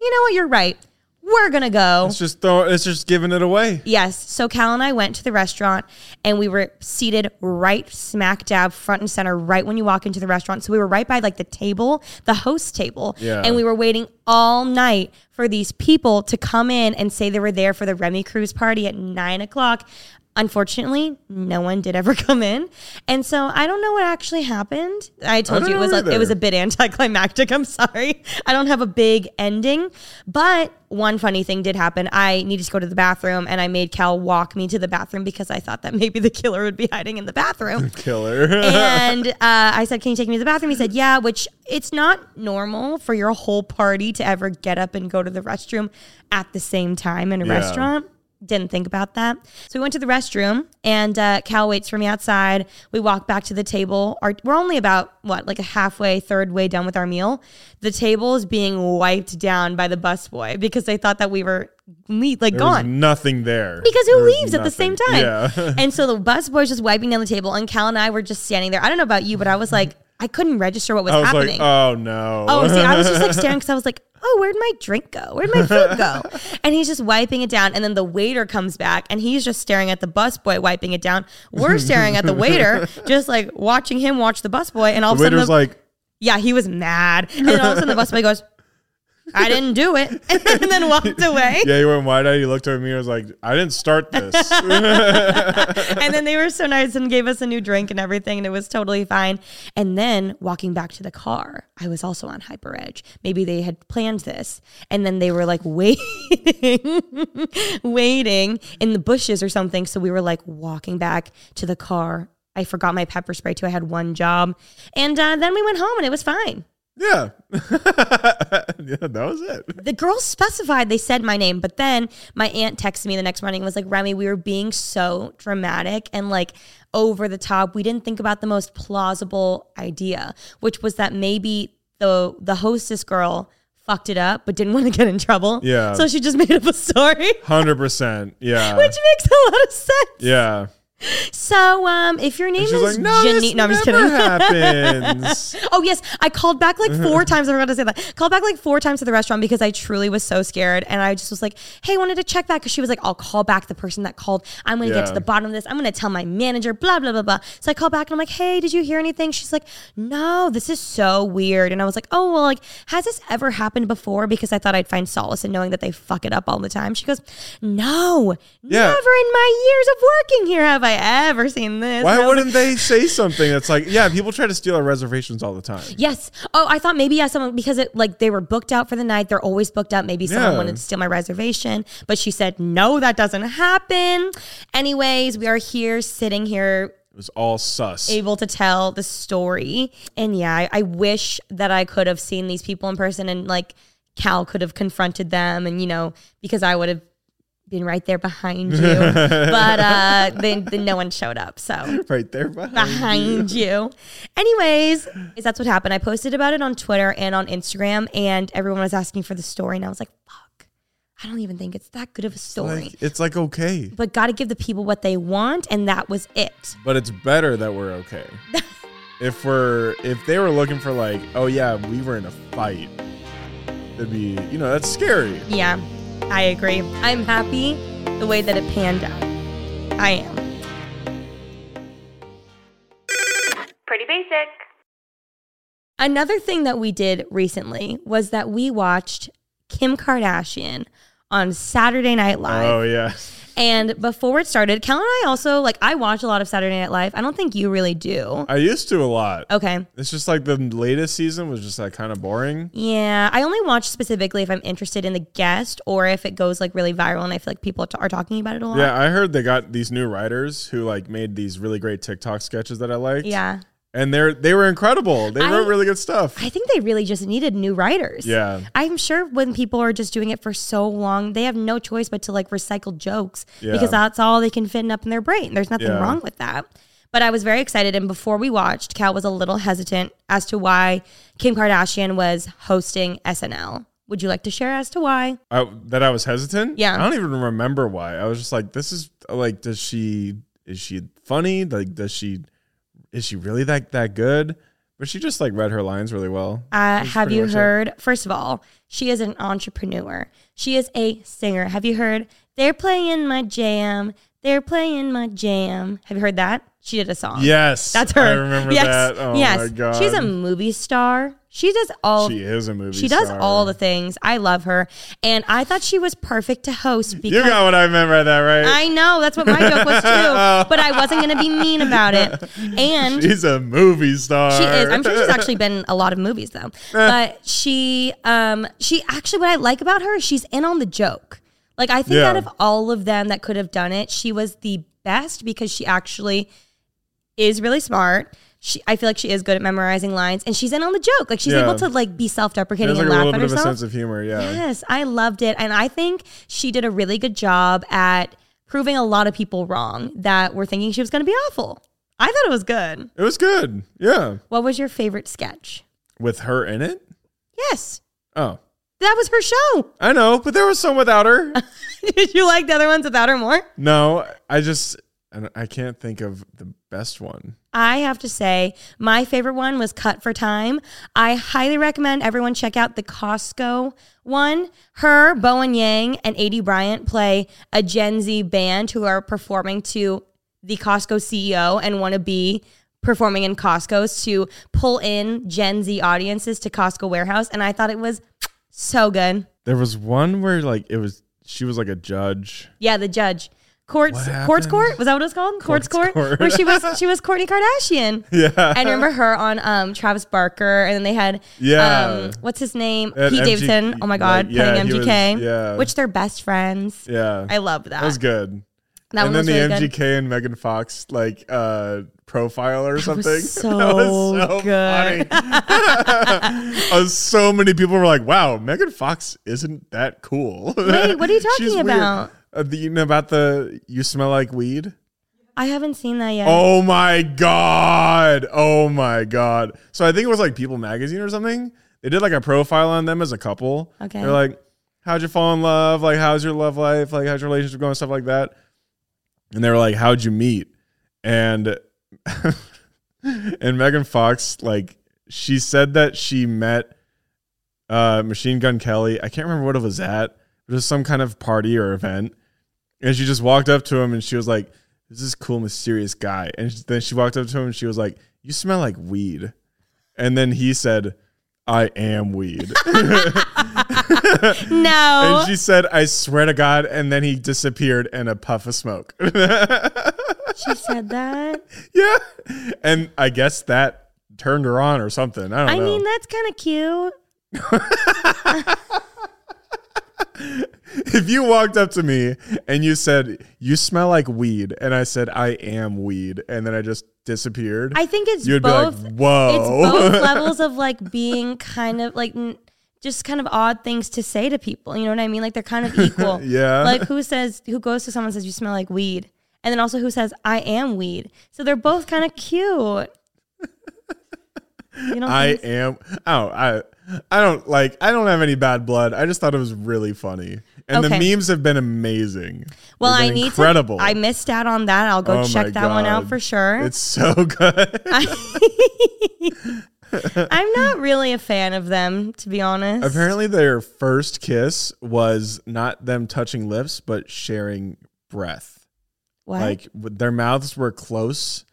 [SPEAKER 2] you know what? You're right. We're going to go.
[SPEAKER 4] It's just throw, it's just giving it away.
[SPEAKER 2] Yes. So Cal and I went to the restaurant and we were seated right smack dab front and center right when you walk into the restaurant. So we were right by like the table, the host table.
[SPEAKER 4] Yeah.
[SPEAKER 2] And we were waiting all night for these people to come in and say they were there for the Remy Cruz party at nine o'clock. Unfortunately, no one did ever come in. And so I don't know what actually happened. I told
[SPEAKER 4] don't
[SPEAKER 2] you it was
[SPEAKER 4] know
[SPEAKER 2] like it was
[SPEAKER 4] either.
[SPEAKER 2] a bit anticlimactic. I'm sorry. I don't have a big ending. But one funny thing did happen. I needed to go to the bathroom and I made Cal walk me to the bathroom because I thought that maybe the killer would be hiding in the bathroom.
[SPEAKER 4] Killer.
[SPEAKER 2] and uh, I said, Can you take me to the bathroom? He said, Yeah, which it's not normal for your whole party to ever get up and go to the restroom at the same time in a
[SPEAKER 4] Yeah.
[SPEAKER 2] restaurant. Didn't think about that. So we went to the restroom, and uh, Cal waits for me outside. We walk back to the table. Our, we're only about, what, like a halfway, third way done with our meal. The table is being wiped down by the busboy because they thought that we were, we, like,
[SPEAKER 4] there was
[SPEAKER 2] gone.
[SPEAKER 4] nothing there.
[SPEAKER 2] Because who
[SPEAKER 4] There was
[SPEAKER 2] leaves at the same
[SPEAKER 4] nothing.
[SPEAKER 2] time?
[SPEAKER 4] Yeah.
[SPEAKER 2] and so the busboy's just wiping down the table, and Cal and I were just standing there. I don't know about you, but I was like, I couldn't register what was,
[SPEAKER 4] I was
[SPEAKER 2] happening.
[SPEAKER 4] like, oh no.
[SPEAKER 2] Oh, see, I was just like staring because I was like, oh, where'd my drink go? Where'd my food go? And he's just wiping it down. And then the waiter comes back and he's just staring at the busboy wiping it down. We're staring at the waiter, just like watching him watch the busboy. And all
[SPEAKER 4] the
[SPEAKER 2] of a sudden,
[SPEAKER 4] waiter's
[SPEAKER 2] the-
[SPEAKER 4] like,
[SPEAKER 2] yeah, he was mad. And all of a sudden, the busboy goes, I didn't do it. And then walked away.
[SPEAKER 4] yeah, you went wide eyed. You looked over at me. and was like, I didn't start this.
[SPEAKER 2] and then they were so nice and gave us a new drink and everything, and it was totally fine. And then walking back to the car, I was also on hyper edge. Maybe they had planned this, and then they were like waiting, waiting in the bushes or something. So we were like walking back to the car. I forgot my pepper spray too. I had one job, and uh, then we went home, and it was fine.
[SPEAKER 4] yeah. yeah, that was it.
[SPEAKER 2] The girls specified they said my name, but then my aunt texted me the next morning and was like, Remy, we were being so dramatic and like over the top. We didn't think about the most plausible idea, which was that maybe the the hostess girl fucked it up but didn't want to get in trouble.
[SPEAKER 4] Yeah.
[SPEAKER 2] So she just made up a story.
[SPEAKER 4] Hundred percent. Yeah.
[SPEAKER 2] Which makes a lot of sense.
[SPEAKER 4] yeah.
[SPEAKER 2] So, um, if your name
[SPEAKER 4] And
[SPEAKER 2] is
[SPEAKER 4] she's like, no,
[SPEAKER 2] Jenny,
[SPEAKER 4] this
[SPEAKER 2] no, I'm just
[SPEAKER 4] never
[SPEAKER 2] kidding.
[SPEAKER 4] happens.
[SPEAKER 2] Oh yes, I called back like four
[SPEAKER 4] Mm-hmm.
[SPEAKER 2] times. I forgot to say that. Called back like four times to the restaurant because I truly was so scared, and I just was like, "Hey, wanted to check back." Because she was like, "I'll call back the person that called. I'm going to get to
[SPEAKER 4] Yeah.
[SPEAKER 2] the bottom of this. I'm going to tell my manager." Blah blah blah blah. So I called back and I'm like, "Hey, did you hear anything?" She's like, "No, this is so weird." And I was like, "Oh well, like has this ever happened before?" Because I thought I'd find solace in knowing that they fuck it up all the time. She goes, "No,
[SPEAKER 4] Yeah.
[SPEAKER 2] never in my years of working here have I ever seen this." And I was
[SPEAKER 4] Why
[SPEAKER 2] like,
[SPEAKER 4] wouldn't they say something that's like, yeah, people try to steal our reservations all the time.
[SPEAKER 2] Yes. Oh, I thought maybe yeah, someone because it like they were booked out for the night. They're always booked out. Maybe someone
[SPEAKER 4] Yeah.
[SPEAKER 2] wanted to steal my reservation, but she said no, that doesn't happen. Anyways, we are here, sitting here,
[SPEAKER 4] It was all sus.
[SPEAKER 2] able to tell the story. And yeah, I, I wish that I could have seen these people in person and like Cal could have confronted them, and you know because I would have been right there behind you, but uh, then, then no one showed up. So
[SPEAKER 4] right there behind.
[SPEAKER 2] behind you. Anyways, is that's what happened. I posted about it on Twitter and on Instagram, and everyone was asking for the story, and I was like, "Fuck, I don't even think it's that good of a story."
[SPEAKER 4] Like, it's like okay,
[SPEAKER 2] but got to give the people what they want, and that was it.
[SPEAKER 4] but it's better that we're okay. if we're if they were looking for like, oh yeah, we were in a fight, that'd be you know that's scary.
[SPEAKER 2] Yeah, I agree. I'm happy the way that it panned out. I am.
[SPEAKER 1] Pretty basic.
[SPEAKER 2] Another thing that we did recently was that we watched Kim Kardashian on Saturday Night Live.
[SPEAKER 4] Oh yeah,
[SPEAKER 2] And before it started, Cal and I also like I watch a lot of Saturday Night Live. I don't think you really do.
[SPEAKER 4] I used to a lot.
[SPEAKER 2] Okay.
[SPEAKER 4] It's just like the latest season was just like kind of boring.
[SPEAKER 2] Yeah, I only watch specifically if I'm interested in the guest or if it goes like really viral and I feel like people are talking about it a lot.
[SPEAKER 4] Yeah, I heard they got these new writers who like made these really great TikTok sketches that I liked.
[SPEAKER 2] Yeah.
[SPEAKER 4] and they're they were incredible. They
[SPEAKER 2] I-
[SPEAKER 4] wrote really good stuff.
[SPEAKER 2] I think they really just needed new writers.
[SPEAKER 4] yeah,
[SPEAKER 2] I'm sure when people are just doing it for so long, they have no choice but to like recycle jokes
[SPEAKER 4] Yeah.
[SPEAKER 2] because that's all they can fit up in their brain. There's nothing
[SPEAKER 4] Yeah.
[SPEAKER 2] wrong with that. But I was very excited. And before we watched, Cal was a little hesitant as to why Kim Kardashian was hosting SNL. Would you like to share as to why?
[SPEAKER 4] I, that I was hesitant.
[SPEAKER 2] Yeah.
[SPEAKER 4] I don't even remember why. I was just like, this is like, does she is she funny? Like, does she is she really that that good? But she just like read her lines really well.
[SPEAKER 2] Uh,
[SPEAKER 4] That's
[SPEAKER 2] have
[SPEAKER 4] pretty
[SPEAKER 2] you
[SPEAKER 4] much it.
[SPEAKER 2] heard? First of all, she is an entrepreneur. She is a singer. Have you heard? They're playing my jam. They're playing my jam. Have you heard that? She did a song.
[SPEAKER 4] Yes,
[SPEAKER 2] That's her.
[SPEAKER 4] I remember
[SPEAKER 2] yes.
[SPEAKER 4] that. Oh
[SPEAKER 2] yes.
[SPEAKER 4] my god,
[SPEAKER 2] She's a movie star. She does all
[SPEAKER 4] she is a movie.
[SPEAKER 2] she does
[SPEAKER 4] star.
[SPEAKER 2] all the things. I love her. And I thought she was perfect to host because
[SPEAKER 4] You got what I meant by that, right?
[SPEAKER 2] I know that's what my joke was too, but I wasn't going to be mean about it. And
[SPEAKER 4] she's a movie star.
[SPEAKER 2] she is. I'm sure she's actually been in a lot of movies
[SPEAKER 4] Eh.
[SPEAKER 2] though. But she, um, she actually, what I like about her, is she's in on the joke. Like I think
[SPEAKER 4] Yeah.
[SPEAKER 2] out of all of them that could have done it, she was the best because she actually is really smart. She, I feel like she is good at memorizing lines, and she's in on the joke. Like she's
[SPEAKER 4] Yeah.
[SPEAKER 2] able to like be
[SPEAKER 4] She
[SPEAKER 2] self-deprecating
[SPEAKER 4] has like
[SPEAKER 2] and
[SPEAKER 4] a
[SPEAKER 2] laugh
[SPEAKER 4] little
[SPEAKER 2] at
[SPEAKER 4] bit of a
[SPEAKER 2] herself.
[SPEAKER 4] sense of humor. Yeah.
[SPEAKER 2] Yes, I loved it. And I think she did a really good job at proving a lot of people wrong that were thinking she was going to be awful. I thought it was good.
[SPEAKER 4] it was good. Yeah,
[SPEAKER 2] What was your favorite sketch?
[SPEAKER 4] with her in it.
[SPEAKER 2] Yes,
[SPEAKER 4] Oh,
[SPEAKER 2] that was her show.
[SPEAKER 4] I know, but there was some without her.
[SPEAKER 2] Did you like the other ones without her more?
[SPEAKER 4] No, I just I don't- I can't think of the best one.
[SPEAKER 2] I have to say, my favorite one was Cut for Time. I highly recommend everyone check out the Costco one. Her, Bowen Yang, and A.D. Bryant play a Gen Z band who are performing to the Costco CEO and want to be performing in Costco's to pull in Gen Z audiences to Costco Warehouse. And I thought it was so good.
[SPEAKER 4] There was one where like it was she was like a judge.
[SPEAKER 2] Yeah, the judge. Courts,
[SPEAKER 4] What
[SPEAKER 2] courts
[SPEAKER 4] happened?
[SPEAKER 2] court was that what it was called? Courts, court,
[SPEAKER 4] Courts Court.
[SPEAKER 2] where she was she was Courtney Kardashian.
[SPEAKER 4] Yeah.
[SPEAKER 2] I remember her on um, Travis Barker, and then they had
[SPEAKER 4] Yeah.
[SPEAKER 2] um, what's his name
[SPEAKER 4] They had
[SPEAKER 2] Pete
[SPEAKER 4] MG
[SPEAKER 2] Davidson. Oh my God,
[SPEAKER 4] like, yeah,
[SPEAKER 2] playing
[SPEAKER 4] he was-
[SPEAKER 2] MGK,
[SPEAKER 4] yeah.
[SPEAKER 2] which they're best friends.
[SPEAKER 4] Yeah.
[SPEAKER 2] I love that.
[SPEAKER 4] that was good.
[SPEAKER 2] That
[SPEAKER 4] and
[SPEAKER 2] one was
[SPEAKER 4] then the
[SPEAKER 2] really
[SPEAKER 4] MGK and Megan Fox like uh profile or something.
[SPEAKER 2] was
[SPEAKER 4] that was
[SPEAKER 2] so
[SPEAKER 4] so
[SPEAKER 2] good.
[SPEAKER 4] funny. Uh, so many people were like, "Wow, Megan Fox isn't that cool."
[SPEAKER 2] Wait, what are you talking
[SPEAKER 4] She's weird.
[SPEAKER 2] about?
[SPEAKER 4] Uh, the, you know about the you smell like weed?
[SPEAKER 2] I haven't seen that yet.
[SPEAKER 4] Oh my god! Oh my god! So I think it was like People Magazine or something. They did like a profile on them as a couple.
[SPEAKER 2] Okay.
[SPEAKER 4] They're like, "How'd you fall in love? Like, how's your love life? Like, how's your relationship going? Stuff like that." And they were like, "How'd you meet?" And and Megan Fox like she said that she met uh, Machine Gun Kelly. I can't remember what it was at. It was some kind of party or event. And she just walked up to him and she was like, This is cool, mysterious guy. And then she walked up to him and she was like, You smell like weed. And then he said, I am weed.
[SPEAKER 2] no,
[SPEAKER 4] and she said, I swear to God. And then he disappeared in a puff of smoke.
[SPEAKER 2] she said that.
[SPEAKER 4] yeah. And I guess that turned her on or something. I don't
[SPEAKER 2] I
[SPEAKER 4] know.
[SPEAKER 2] mean, that's kind of cute.
[SPEAKER 4] if you walked up to me and you said you smell like weed and i said i am weed and then i just disappeared
[SPEAKER 2] I think it's
[SPEAKER 4] you'd
[SPEAKER 2] both.
[SPEAKER 4] be like whoa
[SPEAKER 2] It's both levels of like being kind of like n- just kind of odd things to say to people. You know what I mean? Like they're kind of equal.
[SPEAKER 4] Yeah.
[SPEAKER 2] Like who says who goes to someone and says you smell like weed, and then also who says I am weed. So they're both kind of cute. You know,
[SPEAKER 4] i am oh i i don't like i don't have any bad blood i just thought it was really funny and
[SPEAKER 2] Okay.
[SPEAKER 4] the memes have been amazing
[SPEAKER 2] well,
[SPEAKER 4] They've
[SPEAKER 2] I
[SPEAKER 4] been
[SPEAKER 2] need
[SPEAKER 4] incredible
[SPEAKER 2] to. I missed out on that. I'll go
[SPEAKER 4] Oh my
[SPEAKER 2] check that one out
[SPEAKER 4] God.
[SPEAKER 2] for sure.
[SPEAKER 4] it's so good
[SPEAKER 2] I'm not really a fan of them, to be honest.
[SPEAKER 4] apparently their first kiss was not them touching lips but sharing breath
[SPEAKER 2] what?
[SPEAKER 4] Like w- their mouths were close,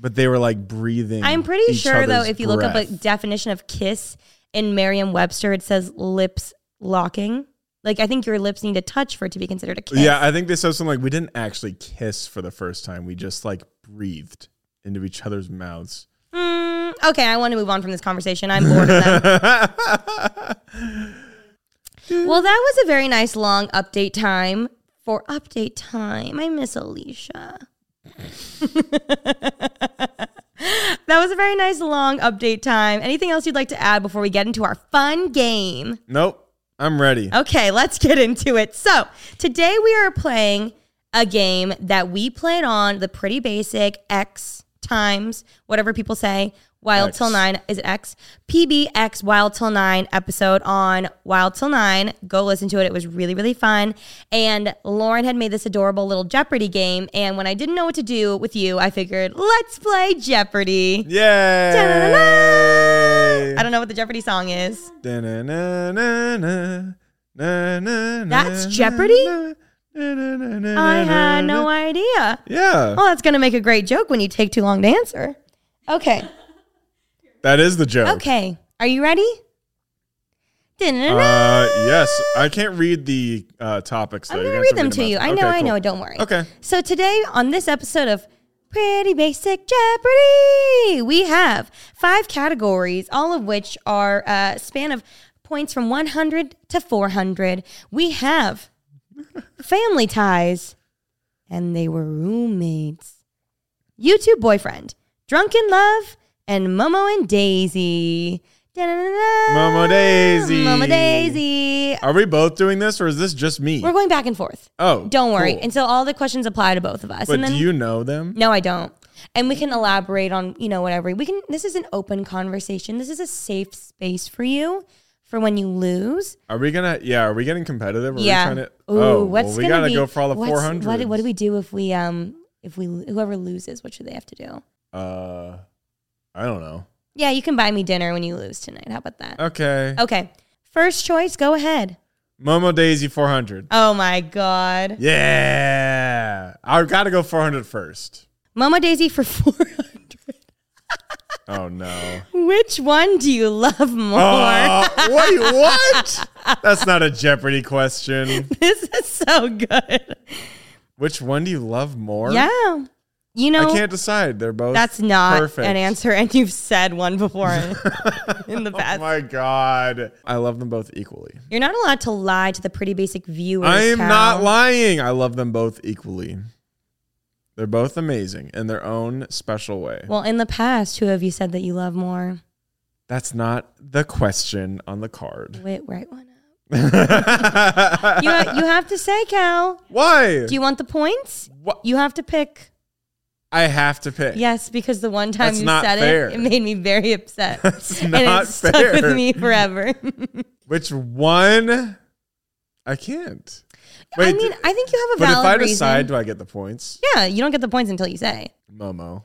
[SPEAKER 4] but they were like breathing.
[SPEAKER 2] I'm pretty
[SPEAKER 4] each
[SPEAKER 2] sure though,
[SPEAKER 4] other's
[SPEAKER 2] if you look up a
[SPEAKER 4] breath.
[SPEAKER 2] definition of kiss in Merriam-Webster, it says lips locking. Like I think your lips need to touch for it to be considered a kiss.
[SPEAKER 4] yeah, I think they said something like we didn't actually kiss for the first time. We just like breathed into each other's mouths.
[SPEAKER 2] Mm, okay, I want to move on from this conversation. I'm bored of that. well, that was a very nice long update time for update time. I miss Alicia. that was a very nice long update time. Anything else you'd like to add before we get into our fun game?
[SPEAKER 4] nope, I'm ready.
[SPEAKER 2] Okay, let's get into it. So, today we are playing a game that we played on the pretty basic X times, whatever people say, Wild
[SPEAKER 4] X.
[SPEAKER 2] Till Nine. Is it X? PBX Wild Till Nine episode on Wild Till Nine. Go listen to it. It was really, really fun. And Lauren had made this adorable little Jeopardy game. And when I didn't know what to do with you, I figured, let's play Jeopardy.
[SPEAKER 4] Yay!
[SPEAKER 2] I don't know what the Jeopardy song is. That's
[SPEAKER 4] That's
[SPEAKER 2] Jeopardy? I had no idea.
[SPEAKER 4] Yeah,
[SPEAKER 2] Oh, that's going to make a great joke when you take too long to answer. Okay.
[SPEAKER 4] that is the joke.
[SPEAKER 2] Okay. Are you ready? Da-na-na.
[SPEAKER 4] Uh, yes, I can't read the uh, topics. Though.
[SPEAKER 2] I'm
[SPEAKER 4] You're
[SPEAKER 2] going to read
[SPEAKER 4] gonna have
[SPEAKER 2] them to you. I
[SPEAKER 4] them.
[SPEAKER 2] know,
[SPEAKER 4] Okay,
[SPEAKER 2] I
[SPEAKER 4] cool.
[SPEAKER 2] know. Don't worry.
[SPEAKER 4] Okay.
[SPEAKER 2] So today on this episode of Pretty Basic Jeopardy, we have five categories, all of which are uh, span of points from 100 to 400. We have family ties, and they were roommates. YouTube boyfriend, drunken love, and Momo and Daisy. Da-na-na-na.
[SPEAKER 4] Momo Daisy.
[SPEAKER 2] Momo Daisy.
[SPEAKER 4] Are we both doing this, or is this just me?
[SPEAKER 2] We're going back and forth.
[SPEAKER 4] oh,
[SPEAKER 2] Don't worry.
[SPEAKER 4] cool.
[SPEAKER 2] And so all the questions apply to both of us.
[SPEAKER 4] but
[SPEAKER 2] and then
[SPEAKER 4] do you know them?
[SPEAKER 2] No, I don't. And we can elaborate on, you know, whatever. We can this is an open conversation. This is a safe space for you for when you lose.
[SPEAKER 4] Are we gonna? Yeah. Are we getting competitive? Are We
[SPEAKER 2] yeah.
[SPEAKER 4] trying to,
[SPEAKER 2] Ooh,
[SPEAKER 4] oh,
[SPEAKER 2] what's
[SPEAKER 4] well, we
[SPEAKER 2] gonna
[SPEAKER 4] gotta
[SPEAKER 2] be-
[SPEAKER 4] go for all the
[SPEAKER 2] what's-
[SPEAKER 4] four hundred.
[SPEAKER 2] What, what do we do if we um If we whoever loses, what should they have to do?
[SPEAKER 4] Uh, I don't know.
[SPEAKER 2] Yeah, you can buy me dinner when you lose tonight. How about that?
[SPEAKER 4] Okay.
[SPEAKER 2] Okay. First choice, go ahead.
[SPEAKER 4] Momo Daisy 400.
[SPEAKER 2] Oh my god.
[SPEAKER 4] Yeah. I've got to go 400 first.
[SPEAKER 2] Momo Daisy for 400.
[SPEAKER 4] Oh, no.
[SPEAKER 2] Which one do you love more?
[SPEAKER 4] Oh, wait, what? That's not a Jeopardy question.
[SPEAKER 2] This is so good.
[SPEAKER 4] Which one do you love more?
[SPEAKER 2] Yeah. You
[SPEAKER 4] I
[SPEAKER 2] know,
[SPEAKER 4] can't decide. They're both
[SPEAKER 2] that's not
[SPEAKER 4] perfect.
[SPEAKER 2] an answer, and you've said one before in, in the
[SPEAKER 4] Oh
[SPEAKER 2] past.
[SPEAKER 4] my god. I love them both equally.
[SPEAKER 2] You're not allowed to lie to the pretty basic viewers.
[SPEAKER 4] I am
[SPEAKER 2] Cal.
[SPEAKER 4] not lying. I love them both equally. They're both amazing in their own special way.
[SPEAKER 2] Well, in the past, who have you said that you love more?
[SPEAKER 4] That's not the question on the card.
[SPEAKER 2] Wait, right one up. You,
[SPEAKER 4] Why?
[SPEAKER 2] you have to say, Cal. Do you want the points?
[SPEAKER 4] Wha-
[SPEAKER 2] You have to pick.
[SPEAKER 4] I have to pick.
[SPEAKER 2] Yes, because the one time
[SPEAKER 4] That's
[SPEAKER 2] you
[SPEAKER 4] not
[SPEAKER 2] said
[SPEAKER 4] fair.
[SPEAKER 2] it, it made me very upset.
[SPEAKER 4] That's
[SPEAKER 2] and
[SPEAKER 4] not
[SPEAKER 2] it stuck
[SPEAKER 4] fair.
[SPEAKER 2] with me forever.
[SPEAKER 4] Which one? I can't.
[SPEAKER 2] I
[SPEAKER 4] Wait,
[SPEAKER 2] mean,
[SPEAKER 4] d-
[SPEAKER 2] I think you have a
[SPEAKER 4] but if
[SPEAKER 2] valid
[SPEAKER 4] I
[SPEAKER 2] reason.
[SPEAKER 4] decide, do I get the points?
[SPEAKER 2] yeah, you don't get the points until you say.
[SPEAKER 4] Momo.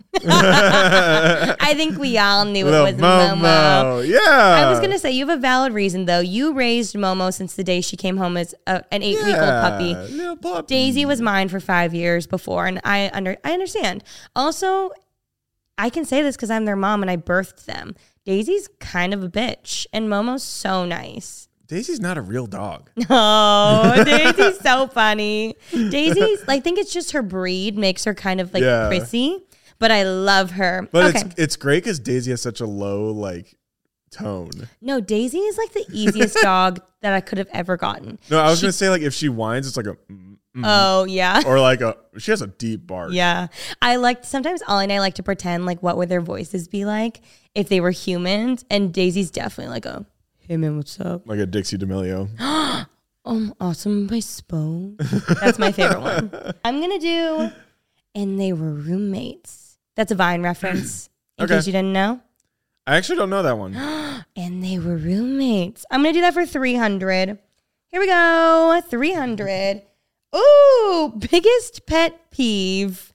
[SPEAKER 2] I think we all knew it
[SPEAKER 4] Little
[SPEAKER 2] was Momo.
[SPEAKER 4] Yeah.
[SPEAKER 2] I was gonna say you have a valid reason though. You raised Momo since the day she came home as a, an eight-week-old puppy.
[SPEAKER 4] Little puppy.
[SPEAKER 2] Daisy was mine for five years before, and I under I understand. Also, I can say this because I'm their mom and I birthed them. Daisy's kind of a bitch, and Momo's so nice.
[SPEAKER 4] Daisy's not a real dog.
[SPEAKER 2] Oh, Daisy's so funny. Daisy's like, I think it's just her breed makes her kind of like
[SPEAKER 4] Yeah.
[SPEAKER 2] prissy, but I love her.
[SPEAKER 4] But
[SPEAKER 2] okay,
[SPEAKER 4] it's it's great because Daisy has such a low like tone.
[SPEAKER 2] no, Daisy is like the easiest dog that I could have ever gotten.
[SPEAKER 4] No, I was gonna say like if she whines, it's like a mm, mm,
[SPEAKER 2] Oh yeah.
[SPEAKER 4] or like a she has a deep bark.
[SPEAKER 2] Yeah. I liked sometimes Ollie and I like to pretend like what would their voices be like if they were humans. And Daisy's definitely like a hey man, what's up?
[SPEAKER 4] Like a Dixie D'Amelio.
[SPEAKER 2] Um awesome my spoon. That's my favorite one. I'm gonna do and they were roommates. That's a Vine reference. In
[SPEAKER 4] Okay.
[SPEAKER 2] case you didn't know.
[SPEAKER 4] I actually don't know that one.
[SPEAKER 2] And they were roommates. I'm gonna do that for 300. Here we go. 300. Ooh, biggest pet peeve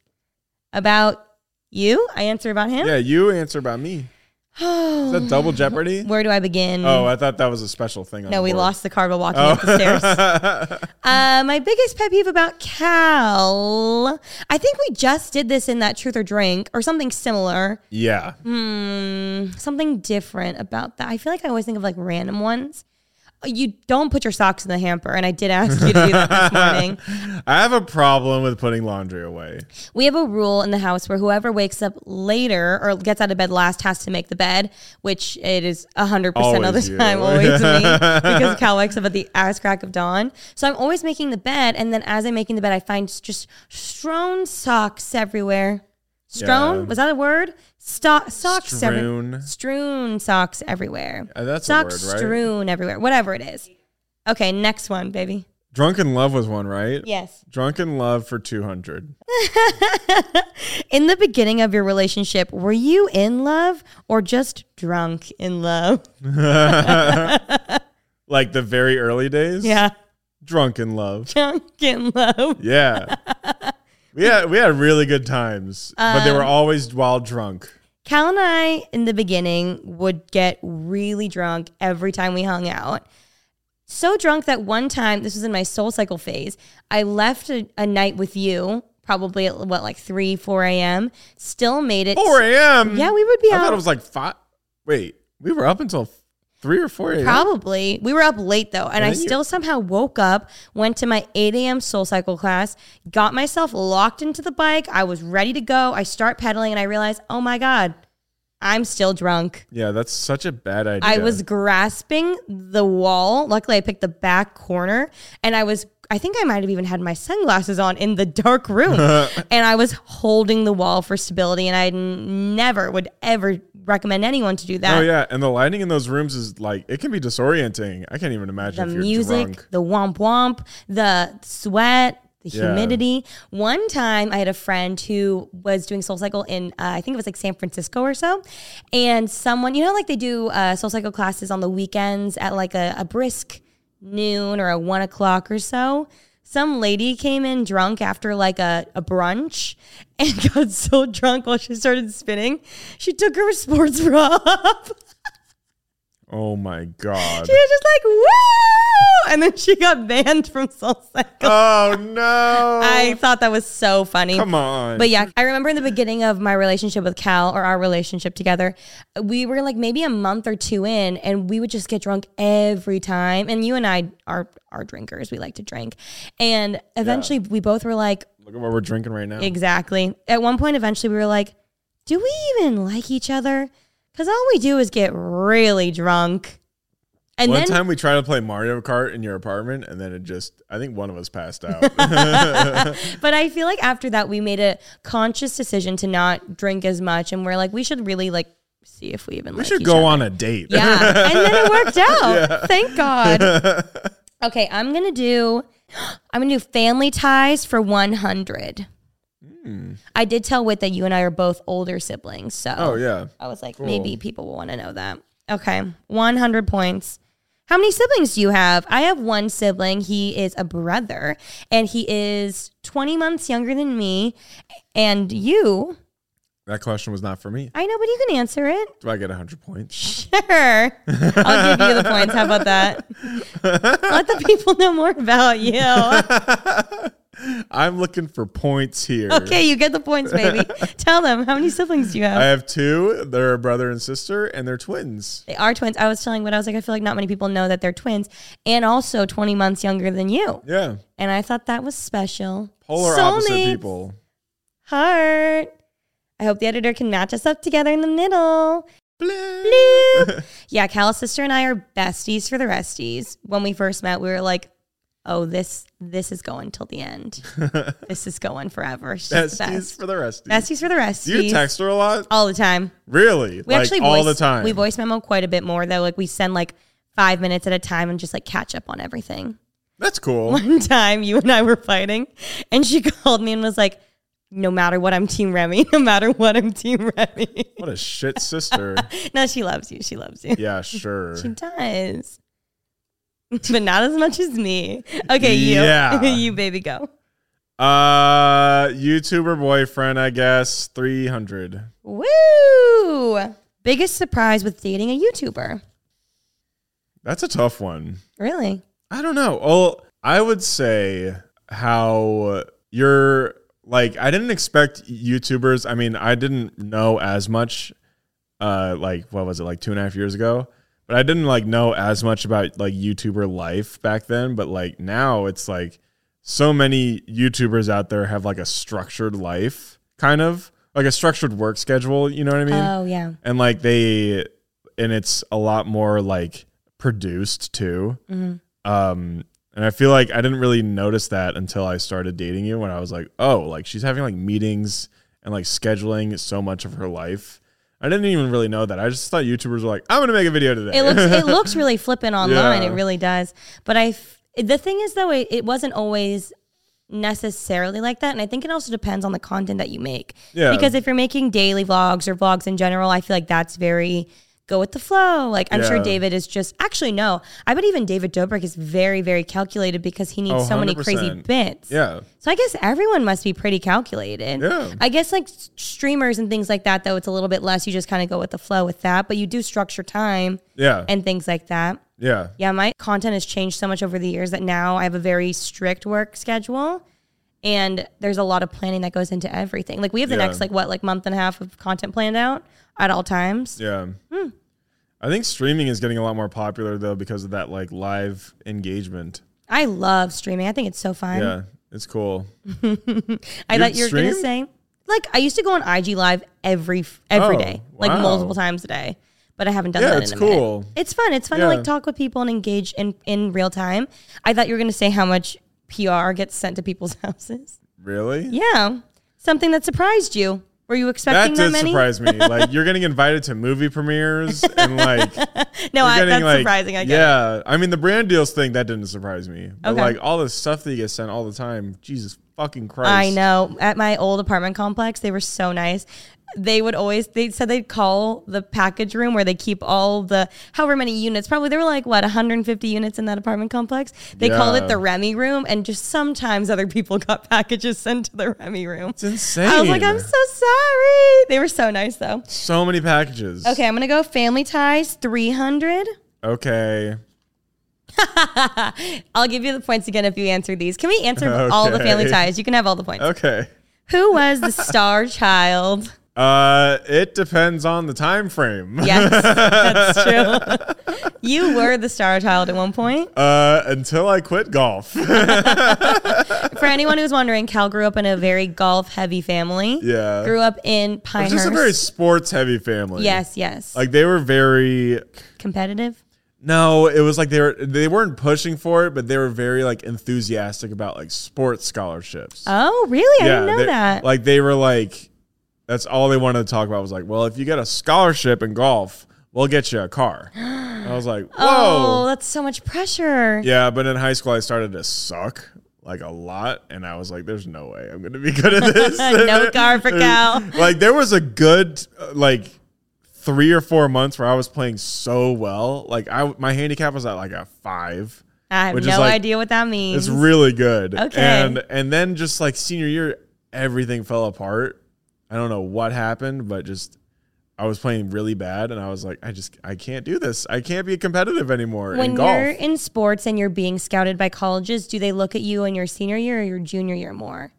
[SPEAKER 2] about you? I answer about him.
[SPEAKER 4] yeah, you answer about me. Is that double Jeopardy?
[SPEAKER 2] Where do I begin?
[SPEAKER 4] Oh, I thought that was a special thing. On
[SPEAKER 2] no,
[SPEAKER 4] the
[SPEAKER 2] we
[SPEAKER 4] board.
[SPEAKER 2] lost the car while walking up the stairs. Uh, my biggest pet peeve about Cal, I think we just did this in that truth or drink or something similar.
[SPEAKER 4] Yeah.
[SPEAKER 2] Hmm, something different about that. I feel like I always think of like random ones. Uh, You don't put your socks in the hamper, and I did ask you to do that this morning.
[SPEAKER 4] I have a problem with putting laundry away.
[SPEAKER 2] We have a rule in the house where whoever wakes up later or gets out of bed last has to make the bed, which it is 100% of
[SPEAKER 4] Always
[SPEAKER 2] the
[SPEAKER 4] you.
[SPEAKER 2] time always me because Cal wakes up at the ass crack of dawn. So I'm always making the bed. And then as I'm making the bed, I find s- just strewn socks everywhere. Strewn?
[SPEAKER 4] Yeah.
[SPEAKER 2] Was that a word? Sto- socks everywhere.
[SPEAKER 4] Strewn.
[SPEAKER 2] Strewn socks everywhere.
[SPEAKER 4] Uh, that's a
[SPEAKER 2] socks
[SPEAKER 4] word, right?
[SPEAKER 2] strewn everywhere. Whatever it is. Okay, next one, baby.
[SPEAKER 4] Drunken Love was one, right?
[SPEAKER 2] Yes.
[SPEAKER 4] Drunken Love for 200.
[SPEAKER 2] in the beginning of your relationship, were you in love or just drunk in love?
[SPEAKER 4] Like the very early days?
[SPEAKER 2] Yeah,
[SPEAKER 4] Drunken Love.
[SPEAKER 2] drunk in love.
[SPEAKER 4] Yeah. we had we had really good times, but they
[SPEAKER 2] Um,
[SPEAKER 4] were always while drunk.
[SPEAKER 2] Cal and I, in the beginning, would get really drunk every time we hung out. So drunk that one time, this was in my soul cycle phase, I left a, a night with you, probably at what, like 3, 4 a.m., still made it.
[SPEAKER 4] 4 a.m.
[SPEAKER 2] Yeah, we would be
[SPEAKER 4] I
[SPEAKER 2] out.
[SPEAKER 4] thought it was like five. Wait, we were up until three or four a.m.
[SPEAKER 2] Probably. We were up late though, and,
[SPEAKER 4] And
[SPEAKER 2] I
[SPEAKER 4] then you-
[SPEAKER 2] still somehow woke up, went to my 8 a.m. soul cycle class, got myself locked into the bike. I was ready to go. I start pedaling and I realize, oh my God, I'm still drunk.
[SPEAKER 4] Yeah, that's such a bad idea.
[SPEAKER 2] I was grasping the wall. Luckily, I picked the back corner and I was, I think I might have even had my sunglasses on in the dark room. and I was holding the wall for stability. And I n- never would ever recommend anyone to do that.
[SPEAKER 4] Oh yeah, and the lighting in those rooms is like it can be disorienting. I can't even
[SPEAKER 2] the
[SPEAKER 4] imagine if you're
[SPEAKER 2] music,
[SPEAKER 4] drunk.
[SPEAKER 2] the womp womp, the sweat, the
[SPEAKER 4] Yeah.
[SPEAKER 2] humidity. One time I had a friend who was doing Soul Cycle in, uh, I think it was like San Francisco or so. And someone, you know, like they do uh, Soul Cycle classes on the weekends at like a, a brisk noon or a one o'clock or so. some lady came in drunk after like a, a brunch and got so drunk while she started spinning, she took her sports bra off.
[SPEAKER 4] Oh my god.
[SPEAKER 2] She was just like, woo! And then she got banned from Soul Cycle.
[SPEAKER 4] oh no.
[SPEAKER 2] I thought that was so funny.
[SPEAKER 4] Oh. Come on.
[SPEAKER 2] But yeah, I remember in the beginning of my relationship with Cal or our relationship together, we were like maybe a month or two in, and we would just get drunk every time. And you and I are are drinkers; we like to drink. And eventually, we both were like,
[SPEAKER 4] Look at what we're drinking right now.
[SPEAKER 2] exactly. At one point, eventually, we were like, do we even like each other? Because all we do is get really drunk. And
[SPEAKER 4] one
[SPEAKER 2] then
[SPEAKER 4] time we tried to play Mario Kart in your apartment, and then it just, I think one of us passed out.
[SPEAKER 2] But I feel like after that, we made a conscious decision to not drink as much, and we're like, we should really like see if we even.
[SPEAKER 4] we should go on a date.
[SPEAKER 2] Yeah, and then it worked out. Thank God. Okay, I'm gonna do. I'm gonna do family ties for 100. I did tell Wit that you and I are both older siblings, so
[SPEAKER 4] Hmm. oh, yeah.
[SPEAKER 2] I was like, maybe people will want to know that. Okay, 100 points. How many siblings do you have? I have one sibling. He is a brother, and he is 20 months younger than me. And you,
[SPEAKER 4] That question was not for me.
[SPEAKER 2] I know, but you can answer it.
[SPEAKER 4] Do I get 100 points?
[SPEAKER 2] Sure. I'll give you the points. How about that? Let the people know more about you.
[SPEAKER 4] I'm looking for points here.
[SPEAKER 2] Okay, you get the points, baby. Tell them how many siblings do you have?
[SPEAKER 4] I have two. They're a brother and sister, and they're twins.
[SPEAKER 2] they are twins. I was telling what I was like, I feel like not many people know that they're twins and also 20 months younger than you.
[SPEAKER 4] Yeah.
[SPEAKER 2] And I thought that was special.
[SPEAKER 4] Polar opposite
[SPEAKER 2] Soulmates.
[SPEAKER 4] people.
[SPEAKER 2] Heart. I hope the editor can match us up together in the middle. Bloop. yeah, Cal's sister and I are besties for the resties. When we first met, we were like, oh, this this is going till the end. this is going forever. She's
[SPEAKER 4] Besties
[SPEAKER 2] the best.
[SPEAKER 4] for the rest.
[SPEAKER 2] besties for the resties.
[SPEAKER 4] Do you text her a lot?
[SPEAKER 2] all the time.
[SPEAKER 4] Really?
[SPEAKER 2] We
[SPEAKER 4] like
[SPEAKER 2] actually
[SPEAKER 4] all
[SPEAKER 2] voice,
[SPEAKER 4] the time.
[SPEAKER 2] We voice memo quite a bit more though. Like we send like five minutes at a time and just like catch up on everything
[SPEAKER 4] That's cool.
[SPEAKER 2] one time you and I were fighting, and she called me and was like, "No matter what, I'm Team Remy. No matter what, I'm Team Remy."
[SPEAKER 4] What a shit sister.
[SPEAKER 2] no, she loves you. She loves you.
[SPEAKER 4] yeah, sure.
[SPEAKER 2] She does, but not as much as me. Okay, you,
[SPEAKER 4] Yeah.
[SPEAKER 2] you baby, go.
[SPEAKER 4] Uh, YouTuber boyfriend, I guess. 300.
[SPEAKER 2] Woo! Biggest surprise with dating a YouTuber?
[SPEAKER 4] That's a tough one.
[SPEAKER 2] Really?
[SPEAKER 4] I don't know. Well, I would say how you're like I didn't expect YouTubers. I mean, I didn't know as much. Uh, like what was it like two and a half years ago? But I didn't like know as much about like YouTuber life back then. But like now, it's like so many YouTubers out there have like a structured life, kind of like a structured work schedule. You know what I mean?
[SPEAKER 2] oh yeah.
[SPEAKER 4] and like they and it's a lot more like produced too
[SPEAKER 2] Mm-hmm.
[SPEAKER 4] um and i feel like i didn't really notice that until i started dating you when i was like oh like she's having like meetings and like scheduling so much of her life i didn't even really know that i just thought youtubers were like i'm gonna make a video today
[SPEAKER 2] It looks it looks really flippant online.
[SPEAKER 4] Yeah.
[SPEAKER 2] It really does. But I f- the thing is though, it, it wasn't always necessarily like that, and I think it also depends on the content that you make.
[SPEAKER 4] Yeah.
[SPEAKER 2] Because if you're making daily vlogs or vlogs in general, I feel like that's very go with the flow. Like I'm sure
[SPEAKER 4] Yeah.
[SPEAKER 2] David is just actually no. I bet even David Dobrik is very very calculated because he needs
[SPEAKER 4] Oh,
[SPEAKER 2] so many crazy
[SPEAKER 4] 100%.
[SPEAKER 2] bits.
[SPEAKER 4] yeah
[SPEAKER 2] So I guess everyone must be pretty calculated.
[SPEAKER 4] Yeah.
[SPEAKER 2] I guess like s- streamers and things like that though it's a little bit less you just kind of go with the flow with that, but you do structure time
[SPEAKER 4] yeah
[SPEAKER 2] and things like that.
[SPEAKER 4] yeah
[SPEAKER 2] Yeah, my content has changed so much over the years that now I have a very strict work schedule and there's a lot of planning that goes into everything. Like we have the
[SPEAKER 4] Yeah.
[SPEAKER 2] next like what, like month and a half of content planned out at all times.
[SPEAKER 4] yeah
[SPEAKER 2] Hmm.
[SPEAKER 4] i think streaming is getting a lot more popular though because of that like live engagement
[SPEAKER 2] I love streaming. I think it's so fun.
[SPEAKER 4] yeah it's cool
[SPEAKER 2] I
[SPEAKER 4] You
[SPEAKER 2] thought you were going to
[SPEAKER 4] stream?
[SPEAKER 2] say like I used to go on IG live every f- every
[SPEAKER 4] Oh,
[SPEAKER 2] day, like
[SPEAKER 4] wow.
[SPEAKER 2] multiple times a day. But I haven't done
[SPEAKER 4] Yeah,
[SPEAKER 2] that
[SPEAKER 4] it's
[SPEAKER 2] in a minute.
[SPEAKER 4] cool.
[SPEAKER 2] It's fun. It's fun to
[SPEAKER 4] Yeah.
[SPEAKER 2] like talk with people and engage in in real time. I thought you were going to say how much PR gets sent to people's houses.
[SPEAKER 4] really
[SPEAKER 2] Yeah. Something that surprised you. Were you
[SPEAKER 4] That
[SPEAKER 2] expecting
[SPEAKER 4] did
[SPEAKER 2] that, many?
[SPEAKER 4] surprise me. Like you're getting invited to movie premieres and like you're
[SPEAKER 2] no, I,
[SPEAKER 4] getting
[SPEAKER 2] that's
[SPEAKER 4] like
[SPEAKER 2] surprising. I guess.
[SPEAKER 4] yeah. I mean the brand deals thing that didn't surprise me, but
[SPEAKER 2] Okay.
[SPEAKER 4] like all the stuff that you get sent all the time. Jesus fucking Christ.
[SPEAKER 2] I know. At my old apartment complex, they were so nice. They would always, they said they'd call the package room where they keep all the, however many units, probably there were like, what, 150 units in that apartment complex? They called
[SPEAKER 4] Yeah.
[SPEAKER 2] it the Remy room. And just sometimes other people got packages sent to the Remy room.
[SPEAKER 4] It's insane.
[SPEAKER 2] I was like, I'm so sorry. They were so nice though.
[SPEAKER 4] So many packages.
[SPEAKER 2] Okay, I'm going to go family ties 300.
[SPEAKER 4] Okay.
[SPEAKER 2] I'll give you the points again if you answer these. Can we answer all the family
[SPEAKER 4] Okay.
[SPEAKER 2] ties? You can have all the points.
[SPEAKER 4] Okay.
[SPEAKER 2] Who was the star child?
[SPEAKER 4] Uh, it depends on the time frame.
[SPEAKER 2] Yes, that's true. you were the star child at one point.
[SPEAKER 4] Uh, until I quit golf.
[SPEAKER 2] For anyone who's wondering, Cal grew up in a very golf heavy family.
[SPEAKER 4] Yeah.
[SPEAKER 2] Grew up in
[SPEAKER 4] It's
[SPEAKER 2] Pinehurst.
[SPEAKER 4] just a very sports heavy family.
[SPEAKER 2] yes, yes.
[SPEAKER 4] Like they were very
[SPEAKER 2] Competitive.
[SPEAKER 4] no, it was like they were they weren't pushing for it, but they were very like enthusiastic about like sports scholarships.
[SPEAKER 2] Oh, really? I didn't know
[SPEAKER 4] they-
[SPEAKER 2] that.
[SPEAKER 4] Like they were like that's all they wanted to talk about was like, well, if you get a scholarship in golf, we'll get you a car. I was like, whoa.
[SPEAKER 2] oh, that's so much pressure.
[SPEAKER 4] Yeah, but in high school I started to suck like a lot, and I was like, "There's no way I'm going to be good at this."
[SPEAKER 2] No car for Cal.
[SPEAKER 4] Like there was a good uh, like three or four months where I was playing so well. Like I my handicap was at like a five.
[SPEAKER 2] I have
[SPEAKER 4] Which is
[SPEAKER 2] no
[SPEAKER 4] like-
[SPEAKER 2] idea what that means.
[SPEAKER 4] It's really good.
[SPEAKER 2] Okay.
[SPEAKER 4] And and then just like senior year, everything fell apart. I don't know what happened, but just I was playing really bad, and I was like, I just I can't do this. I can't be competitive anymore
[SPEAKER 2] when
[SPEAKER 4] in golf.
[SPEAKER 2] you're in sports and you're being scouted by colleges, do they look at you in your senior year or your junior year more?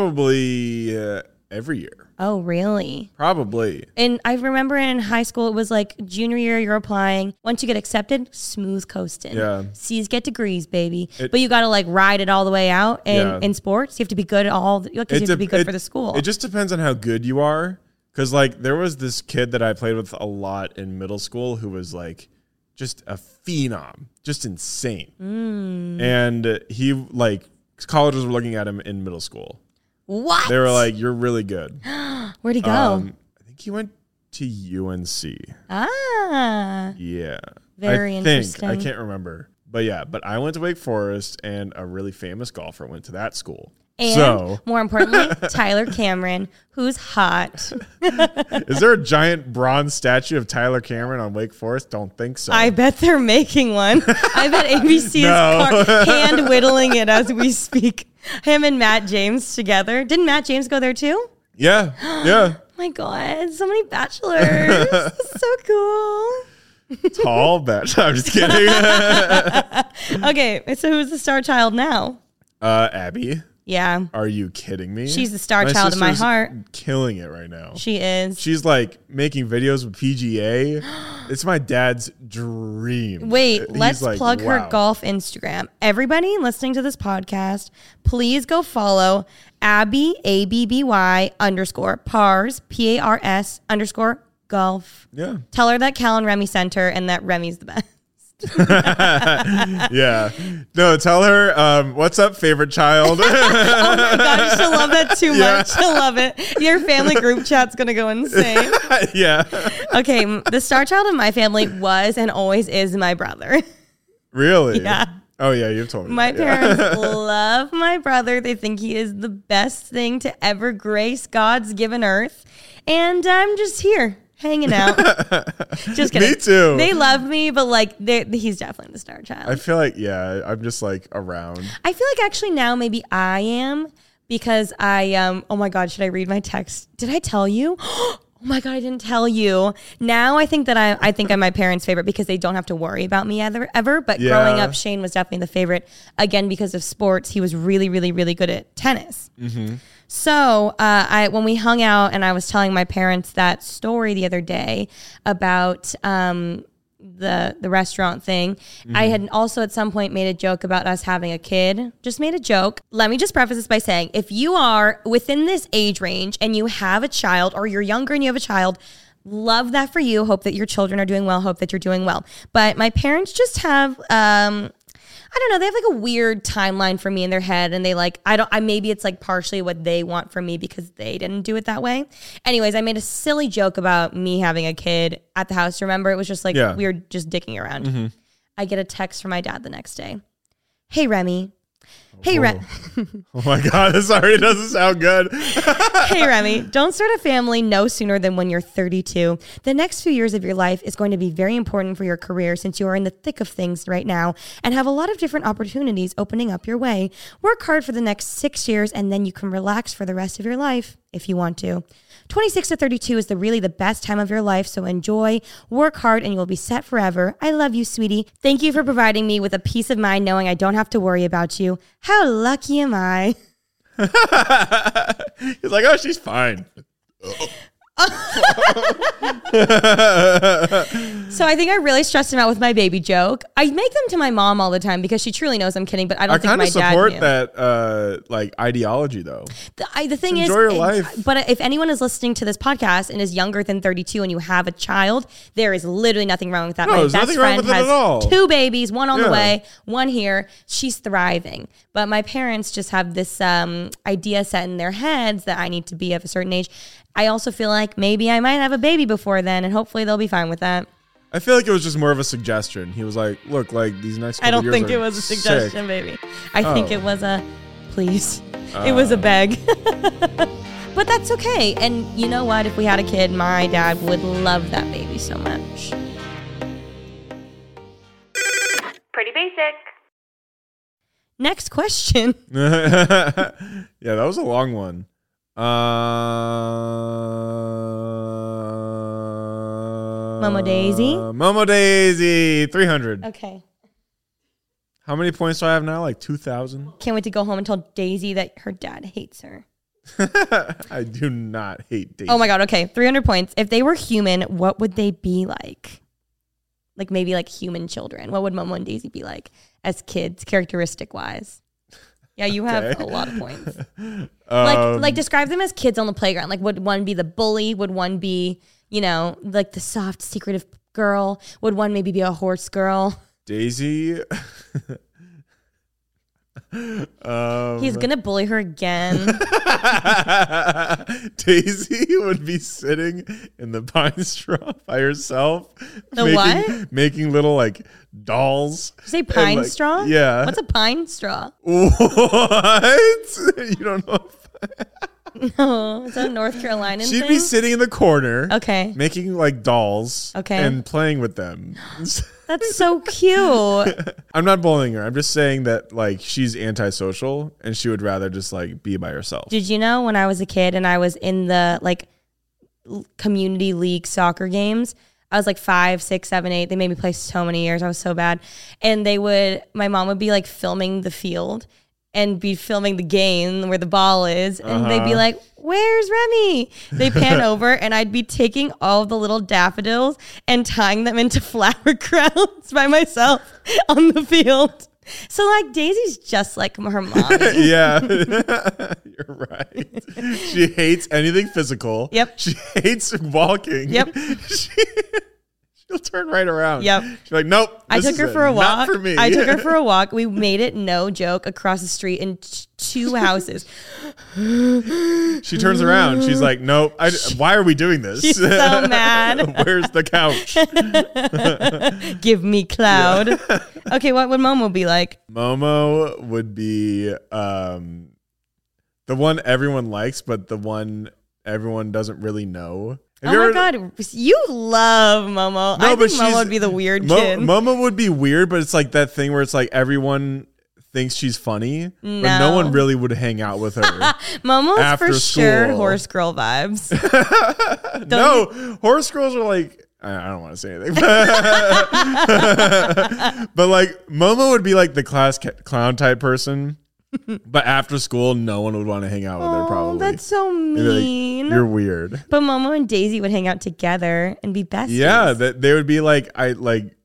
[SPEAKER 4] Probably uh, every year.
[SPEAKER 2] Oh, really?
[SPEAKER 4] Probably.
[SPEAKER 2] And I remember in high school, it was like junior year, you're applying. Once you get accepted, smooth coasting.
[SPEAKER 4] Yeah.
[SPEAKER 2] C's get degrees, baby.
[SPEAKER 4] It-
[SPEAKER 2] but you got to like ride it all the way out. And
[SPEAKER 4] Yeah.
[SPEAKER 2] in sports, you have to be good at all, because you have to
[SPEAKER 4] dep-
[SPEAKER 2] be good
[SPEAKER 4] it-
[SPEAKER 2] for the school.
[SPEAKER 4] It just depends on how good you are. Cause like there was this kid that I played with a lot in middle school who was like just a phenom, just insane.
[SPEAKER 2] Mm.
[SPEAKER 4] And he like colleges were looking at him in middle school.
[SPEAKER 2] what? Oh.
[SPEAKER 4] They were like, "You're really good."
[SPEAKER 2] Where'd he go?
[SPEAKER 4] Um, I think he went to UNC.
[SPEAKER 2] ah.
[SPEAKER 4] Yeah.
[SPEAKER 2] Very
[SPEAKER 4] I I
[SPEAKER 2] interesting.
[SPEAKER 4] can't remember. But yeah, but I went to Wake Forest and a really famous golfer went to that school.
[SPEAKER 2] And
[SPEAKER 4] so,
[SPEAKER 2] more importantly, Tyler Cameron, who's hot.
[SPEAKER 4] is there a giant bronze statue of Tyler Cameron on Wake Forest? Don't think so.
[SPEAKER 2] I bet they're making one. I bet ABC
[SPEAKER 4] No.
[SPEAKER 2] is car- hand whittling it as we speak. Him and Matt James together. Didn't Matt James go there too?
[SPEAKER 4] yeah. Yeah.
[SPEAKER 2] my god, so many bachelors. This is so cool.
[SPEAKER 4] Tall bet. I'm just kidding. uh,
[SPEAKER 2] Okay, so who's the star child now?
[SPEAKER 4] Uh, Abby,
[SPEAKER 2] Yeah,
[SPEAKER 4] are you kidding me?
[SPEAKER 2] She's the star child of my
[SPEAKER 4] sister's
[SPEAKER 2] heart.
[SPEAKER 4] Killing it right now.
[SPEAKER 2] she is.
[SPEAKER 4] She's like making videos with PGA. it's my dad's dream.
[SPEAKER 2] Wait,
[SPEAKER 4] He's
[SPEAKER 2] let's
[SPEAKER 4] like,
[SPEAKER 2] plug
[SPEAKER 4] "Wow."
[SPEAKER 2] her golf Instagram. Everybody listening to this podcast, please go follow Abby A B B Y underscore pars P A R S underscore golf.
[SPEAKER 4] Yeah.
[SPEAKER 2] Tell her that Cal and Remy sent her and that Remy's the best.
[SPEAKER 4] Yeah. No, tell her um, what's up, favorite child.
[SPEAKER 2] Oh my god, she'll love that too
[SPEAKER 4] Yeah.
[SPEAKER 2] much. She'll love it. Your family group chat's gonna go insane.
[SPEAKER 4] yeah.
[SPEAKER 2] Okay, m- the star child in my family was and always is my brother.
[SPEAKER 4] Really?
[SPEAKER 2] Yeah.
[SPEAKER 4] Oh yeah, you've told me.
[SPEAKER 2] My
[SPEAKER 4] that,
[SPEAKER 2] parents love my brother. They think he is the best thing to ever grace God's given earth. And I'm just here hanging out. just kidding.
[SPEAKER 4] Me too.
[SPEAKER 2] They love me, but like they- he's definitely the star
[SPEAKER 4] yeah. I
[SPEAKER 2] child.
[SPEAKER 4] feel like yeah, I'm just like around.
[SPEAKER 2] I feel like actually now maybe I am because I um oh my god, should I read my text? Did I tell you? Oh my god, I didn't tell you. Now I think that I I think I'm my parents' favorite because they don't have to worry about me ever ever. But growing
[SPEAKER 4] Yeah.
[SPEAKER 2] up, Shane was definitely the favorite. Again, because of sports, he was really, really, really good at tennis. So uh, I when we hung out and I was telling my parents that story the other day about um, the the restaurant thing. I had also at some point made a joke about us having a kid. Just made a joke. Let me just preface this by saying if you are within this age range and you have a child or you're younger and you have a child, love that for you. Hope that your children are doing well. Hope that you're doing well. But my parents just have um I don't know. They have like a weird timeline for me in their head, and they like I don't. I maybe it's like partially what they want from me because they didn't do it that way. Anyways, I made a silly joke about me having a kid at the house. Remember, it was just like
[SPEAKER 4] Yeah.
[SPEAKER 2] we were just dicking around. I get a text from my dad the next day. Hey Remy, Hey, Re-
[SPEAKER 4] Oh my god, this already doesn't sound good.
[SPEAKER 2] hey, Remy, don't start a family no sooner than when you're 32. The next few years of your life is going to be very important for your career since you are in the thick of things right now and have a lot of different opportunities opening up your way. Work hard for the next six years and then you can relax for the rest of your life if you want to. 26 to 32 is the really the best time of your life, so enjoy, work hard, and you will be set forever. I love you, sweetie. Thank you for providing me with a peace of mind knowing I don't have to worry about you. How lucky am I?
[SPEAKER 4] He's like, oh, she's fine.
[SPEAKER 2] So I think I really stressed him out with my baby joke. I make them to my mom all the time because she truly knows I'm kidding, but I don't
[SPEAKER 4] I
[SPEAKER 2] think
[SPEAKER 4] kind
[SPEAKER 2] my
[SPEAKER 4] of support
[SPEAKER 2] dad knew.
[SPEAKER 4] that uh like ideology though.
[SPEAKER 2] The, I, the thing is,
[SPEAKER 4] Enjoy your
[SPEAKER 2] it-
[SPEAKER 4] life.
[SPEAKER 2] but if anyone is listening to this podcast and is younger than 32 and you have a child, there is literally nothing wrong with that.
[SPEAKER 4] No,
[SPEAKER 2] my
[SPEAKER 4] there's
[SPEAKER 2] best
[SPEAKER 4] nothing wrong
[SPEAKER 2] friend
[SPEAKER 4] with it
[SPEAKER 2] has
[SPEAKER 4] at all.
[SPEAKER 2] two babies, one on the
[SPEAKER 4] Yeah.
[SPEAKER 2] way, one here. She's thriving. But my parents just have this um, idea set in their heads that I need to be of a certain age. I also feel like maybe I might have a baby before then, and hopefully they'll be fine with that.
[SPEAKER 4] I feel like it was just more of a suggestion. He was like, look, like these next couple
[SPEAKER 2] I don't
[SPEAKER 4] years
[SPEAKER 2] think
[SPEAKER 4] are
[SPEAKER 2] it was a
[SPEAKER 4] sick.
[SPEAKER 2] suggestion, baby. I think
[SPEAKER 4] Oh.
[SPEAKER 2] it was a please. it was a beg. but that's okay. And you know what? If we had a kid, my dad would love that baby so much.
[SPEAKER 1] Pretty basic.
[SPEAKER 2] Next question.
[SPEAKER 4] yeah, that was a long one. Uh,
[SPEAKER 2] Momo Daisy?
[SPEAKER 4] Momo Daisy, 300.
[SPEAKER 2] Okay.
[SPEAKER 4] How many points do I have now? Like 2,000?
[SPEAKER 2] Can't wait to go home and tell Daisy that her dad hates her.
[SPEAKER 4] I do not hate Daisy.
[SPEAKER 2] Oh my God. Okay. 300 points. If they were human, what would they be like? Like maybe like human children. What would Momo and Daisy be like as kids, characteristic wise? Yeah, you have
[SPEAKER 4] Okay.
[SPEAKER 2] a lot of points.
[SPEAKER 4] Um,
[SPEAKER 2] like like describe them as kids on the playground like would one be the bully would one be you know like the soft secretive girl would one maybe be a horse girl
[SPEAKER 4] Daisy. um,
[SPEAKER 2] he's gonna bully her again
[SPEAKER 4] Daisy would be sitting in the pine straw by herself.
[SPEAKER 2] The
[SPEAKER 4] making,
[SPEAKER 2] what?
[SPEAKER 4] Making little like dolls.
[SPEAKER 2] you say pine
[SPEAKER 4] like,
[SPEAKER 2] straw
[SPEAKER 4] yeah.
[SPEAKER 2] what's a pine straw
[SPEAKER 4] What? you don't know.
[SPEAKER 2] no it's a north carolina
[SPEAKER 4] She'd
[SPEAKER 2] thing
[SPEAKER 4] be sitting in the corner.
[SPEAKER 2] okay
[SPEAKER 4] Making like dolls.
[SPEAKER 2] Okay.
[SPEAKER 4] And playing with them.
[SPEAKER 2] that's so cute
[SPEAKER 4] I'm not bullying her. I'm just saying that like she's antisocial and she would rather just like be by herself.
[SPEAKER 2] Did you know when I was a kid and I was in the like l- community league soccer games? I was like five, six, seven, eight. They made me play so many years. I was so bad. And they would, my mom would be like filming the field and be filming the game where the ball is. And they'd be like, Where's Remy? They pan over and I'd be taking all the little daffodils and tying them into flower crowns by myself on the field. So, like, Daisy's just like her mom.
[SPEAKER 4] yeah, you're right. She hates anything physical.
[SPEAKER 2] Yep.
[SPEAKER 4] She hates walking.
[SPEAKER 2] Yep.
[SPEAKER 4] She, she'll turn right around.
[SPEAKER 2] Yep.
[SPEAKER 4] She's like, nope.
[SPEAKER 2] I
[SPEAKER 4] this
[SPEAKER 2] took
[SPEAKER 4] is
[SPEAKER 2] her
[SPEAKER 4] it.
[SPEAKER 2] for a walk.
[SPEAKER 4] Not for me.
[SPEAKER 2] I took her for a walk. We made it no joke across the street in t- two houses.
[SPEAKER 4] she turns around. She's like, nope. I, why are we doing this?
[SPEAKER 2] She's so mad.
[SPEAKER 4] Where's the couch?
[SPEAKER 2] Give me cloud. okay, what would Momo be like?
[SPEAKER 4] Momo would be um, the one everyone likes, but the one everyone doesn't really know. Have
[SPEAKER 2] oh
[SPEAKER 4] you
[SPEAKER 2] my
[SPEAKER 4] ever-
[SPEAKER 2] god, you love Momo. I think Momo would be the weird
[SPEAKER 4] Mo-
[SPEAKER 2] kid.
[SPEAKER 4] Momo would be weird, but it's like that thing where it's like everyone thinks she's funny, but
[SPEAKER 2] No.
[SPEAKER 4] no one really would hang out with her.
[SPEAKER 2] Momo's for
[SPEAKER 4] after
[SPEAKER 2] sure
[SPEAKER 4] school.
[SPEAKER 2] horse girl vibes.
[SPEAKER 4] no, horse girls are like. I I don't want to say anything, but, but, like Momo would be like the class ca- clown type person, but after school, no one would want to hang out with her.
[SPEAKER 2] oh,
[SPEAKER 4] Probably
[SPEAKER 2] that's so
[SPEAKER 4] They'd be like,
[SPEAKER 2] mean.
[SPEAKER 4] You're weird.
[SPEAKER 2] but Momo and Daisy would hang out together and be besties.
[SPEAKER 4] Yeah, that they would be like I like,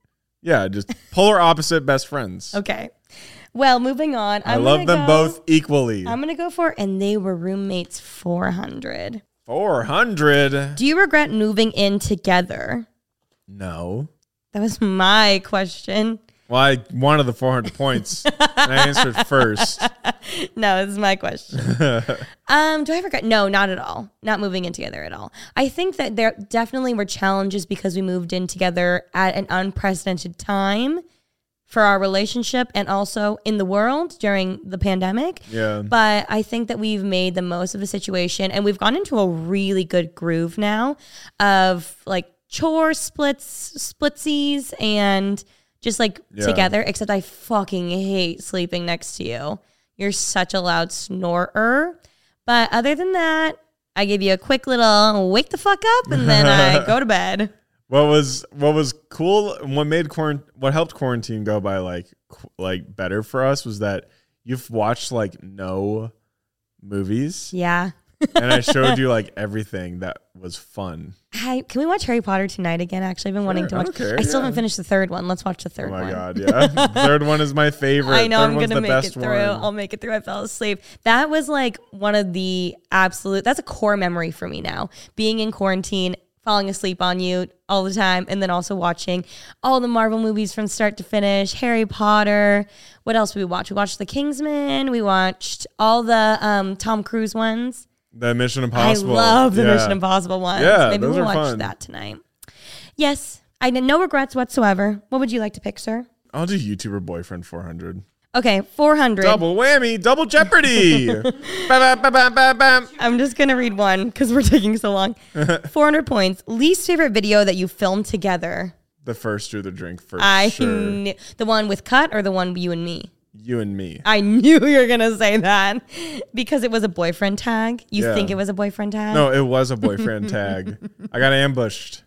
[SPEAKER 4] yeah, just polar opposite best friends.
[SPEAKER 2] Okay. Well, moving on.
[SPEAKER 4] I
[SPEAKER 2] I'm
[SPEAKER 4] love
[SPEAKER 2] gonna
[SPEAKER 4] them
[SPEAKER 2] go-
[SPEAKER 4] both equally.
[SPEAKER 2] I'm gonna go for and they were roommates 400.
[SPEAKER 4] 400.
[SPEAKER 2] Do you regret moving in together?
[SPEAKER 4] No.
[SPEAKER 2] That was my question.
[SPEAKER 4] Well, I wanted the 400 points. and I answered first.
[SPEAKER 2] No, this is my question. um, do I regret? No, not at all. Not moving in together at all. I think that there definitely were challenges because we moved in together at an unprecedented time. for our relationship and also in the world during the pandemic.
[SPEAKER 4] Yeah.
[SPEAKER 2] But I think that we've made the most of the situation and we've gone into a really good groove now of like chore splits, splitsies, and just like
[SPEAKER 4] Yeah.
[SPEAKER 2] together. Except I fucking hate sleeping next to you. You're such a loud snorer. But other than that, I give you a quick little wake the fuck up and then I go to bed.
[SPEAKER 4] What was what was cool and what made quarant what helped quarantine go by like qu- like better for us was that you've watched like no movies
[SPEAKER 2] Yeah.
[SPEAKER 4] and I showed you like everything that was fun.
[SPEAKER 2] Hi, can we watch Harry Potter tonight again? Actually, I've been wanting
[SPEAKER 4] Sure,
[SPEAKER 2] to
[SPEAKER 4] I
[SPEAKER 2] watch. I,
[SPEAKER 4] don't care,
[SPEAKER 2] still
[SPEAKER 4] yeah.
[SPEAKER 2] haven't finished the third one. Let's watch the
[SPEAKER 4] Oh
[SPEAKER 2] third
[SPEAKER 4] my
[SPEAKER 2] one.
[SPEAKER 4] god, yeah. Third one is my favorite.
[SPEAKER 2] I know
[SPEAKER 4] Third
[SPEAKER 2] I'm
[SPEAKER 4] one's
[SPEAKER 2] gonna
[SPEAKER 4] the
[SPEAKER 2] make it
[SPEAKER 4] best
[SPEAKER 2] through.
[SPEAKER 4] one.
[SPEAKER 2] I'll make it through. I fell asleep. That was like one of the absolute. That's a core memory for me now. Being in quarantine, falling asleep on you all the time, and then also watching all the Marvel movies from start to finish. Harry Potter. What else did we watch? We watched The Kingsman. We watched all the um, Tom Cruise ones.
[SPEAKER 4] the Mission Impossible.
[SPEAKER 2] I love the
[SPEAKER 4] Yeah.
[SPEAKER 2] Mission Impossible ones.
[SPEAKER 4] Yeah,
[SPEAKER 2] Maybe
[SPEAKER 4] those
[SPEAKER 2] we'll
[SPEAKER 4] are
[SPEAKER 2] watch
[SPEAKER 4] fun.
[SPEAKER 2] that tonight. Yes, I no regrets whatsoever. What would you like to pick, sir?
[SPEAKER 4] I'll do YouTuber boyfriend 400.
[SPEAKER 2] Okay, 400.
[SPEAKER 4] Double whammy, double jeopardy. Ba, ba, ba, ba, ba, ba.
[SPEAKER 2] I'm just going to read one because we're taking so long. 400 points. Least favorite video that you filmed together?
[SPEAKER 4] The first drew the drink for
[SPEAKER 2] I
[SPEAKER 4] sure.
[SPEAKER 2] knew, the one with cut or the one you and me?
[SPEAKER 4] you and me.
[SPEAKER 2] I knew you were going to say that because it was a boyfriend tag. You
[SPEAKER 4] Yeah.
[SPEAKER 2] think it was a boyfriend tag?
[SPEAKER 4] No, it was a boyfriend tag. I got ambushed.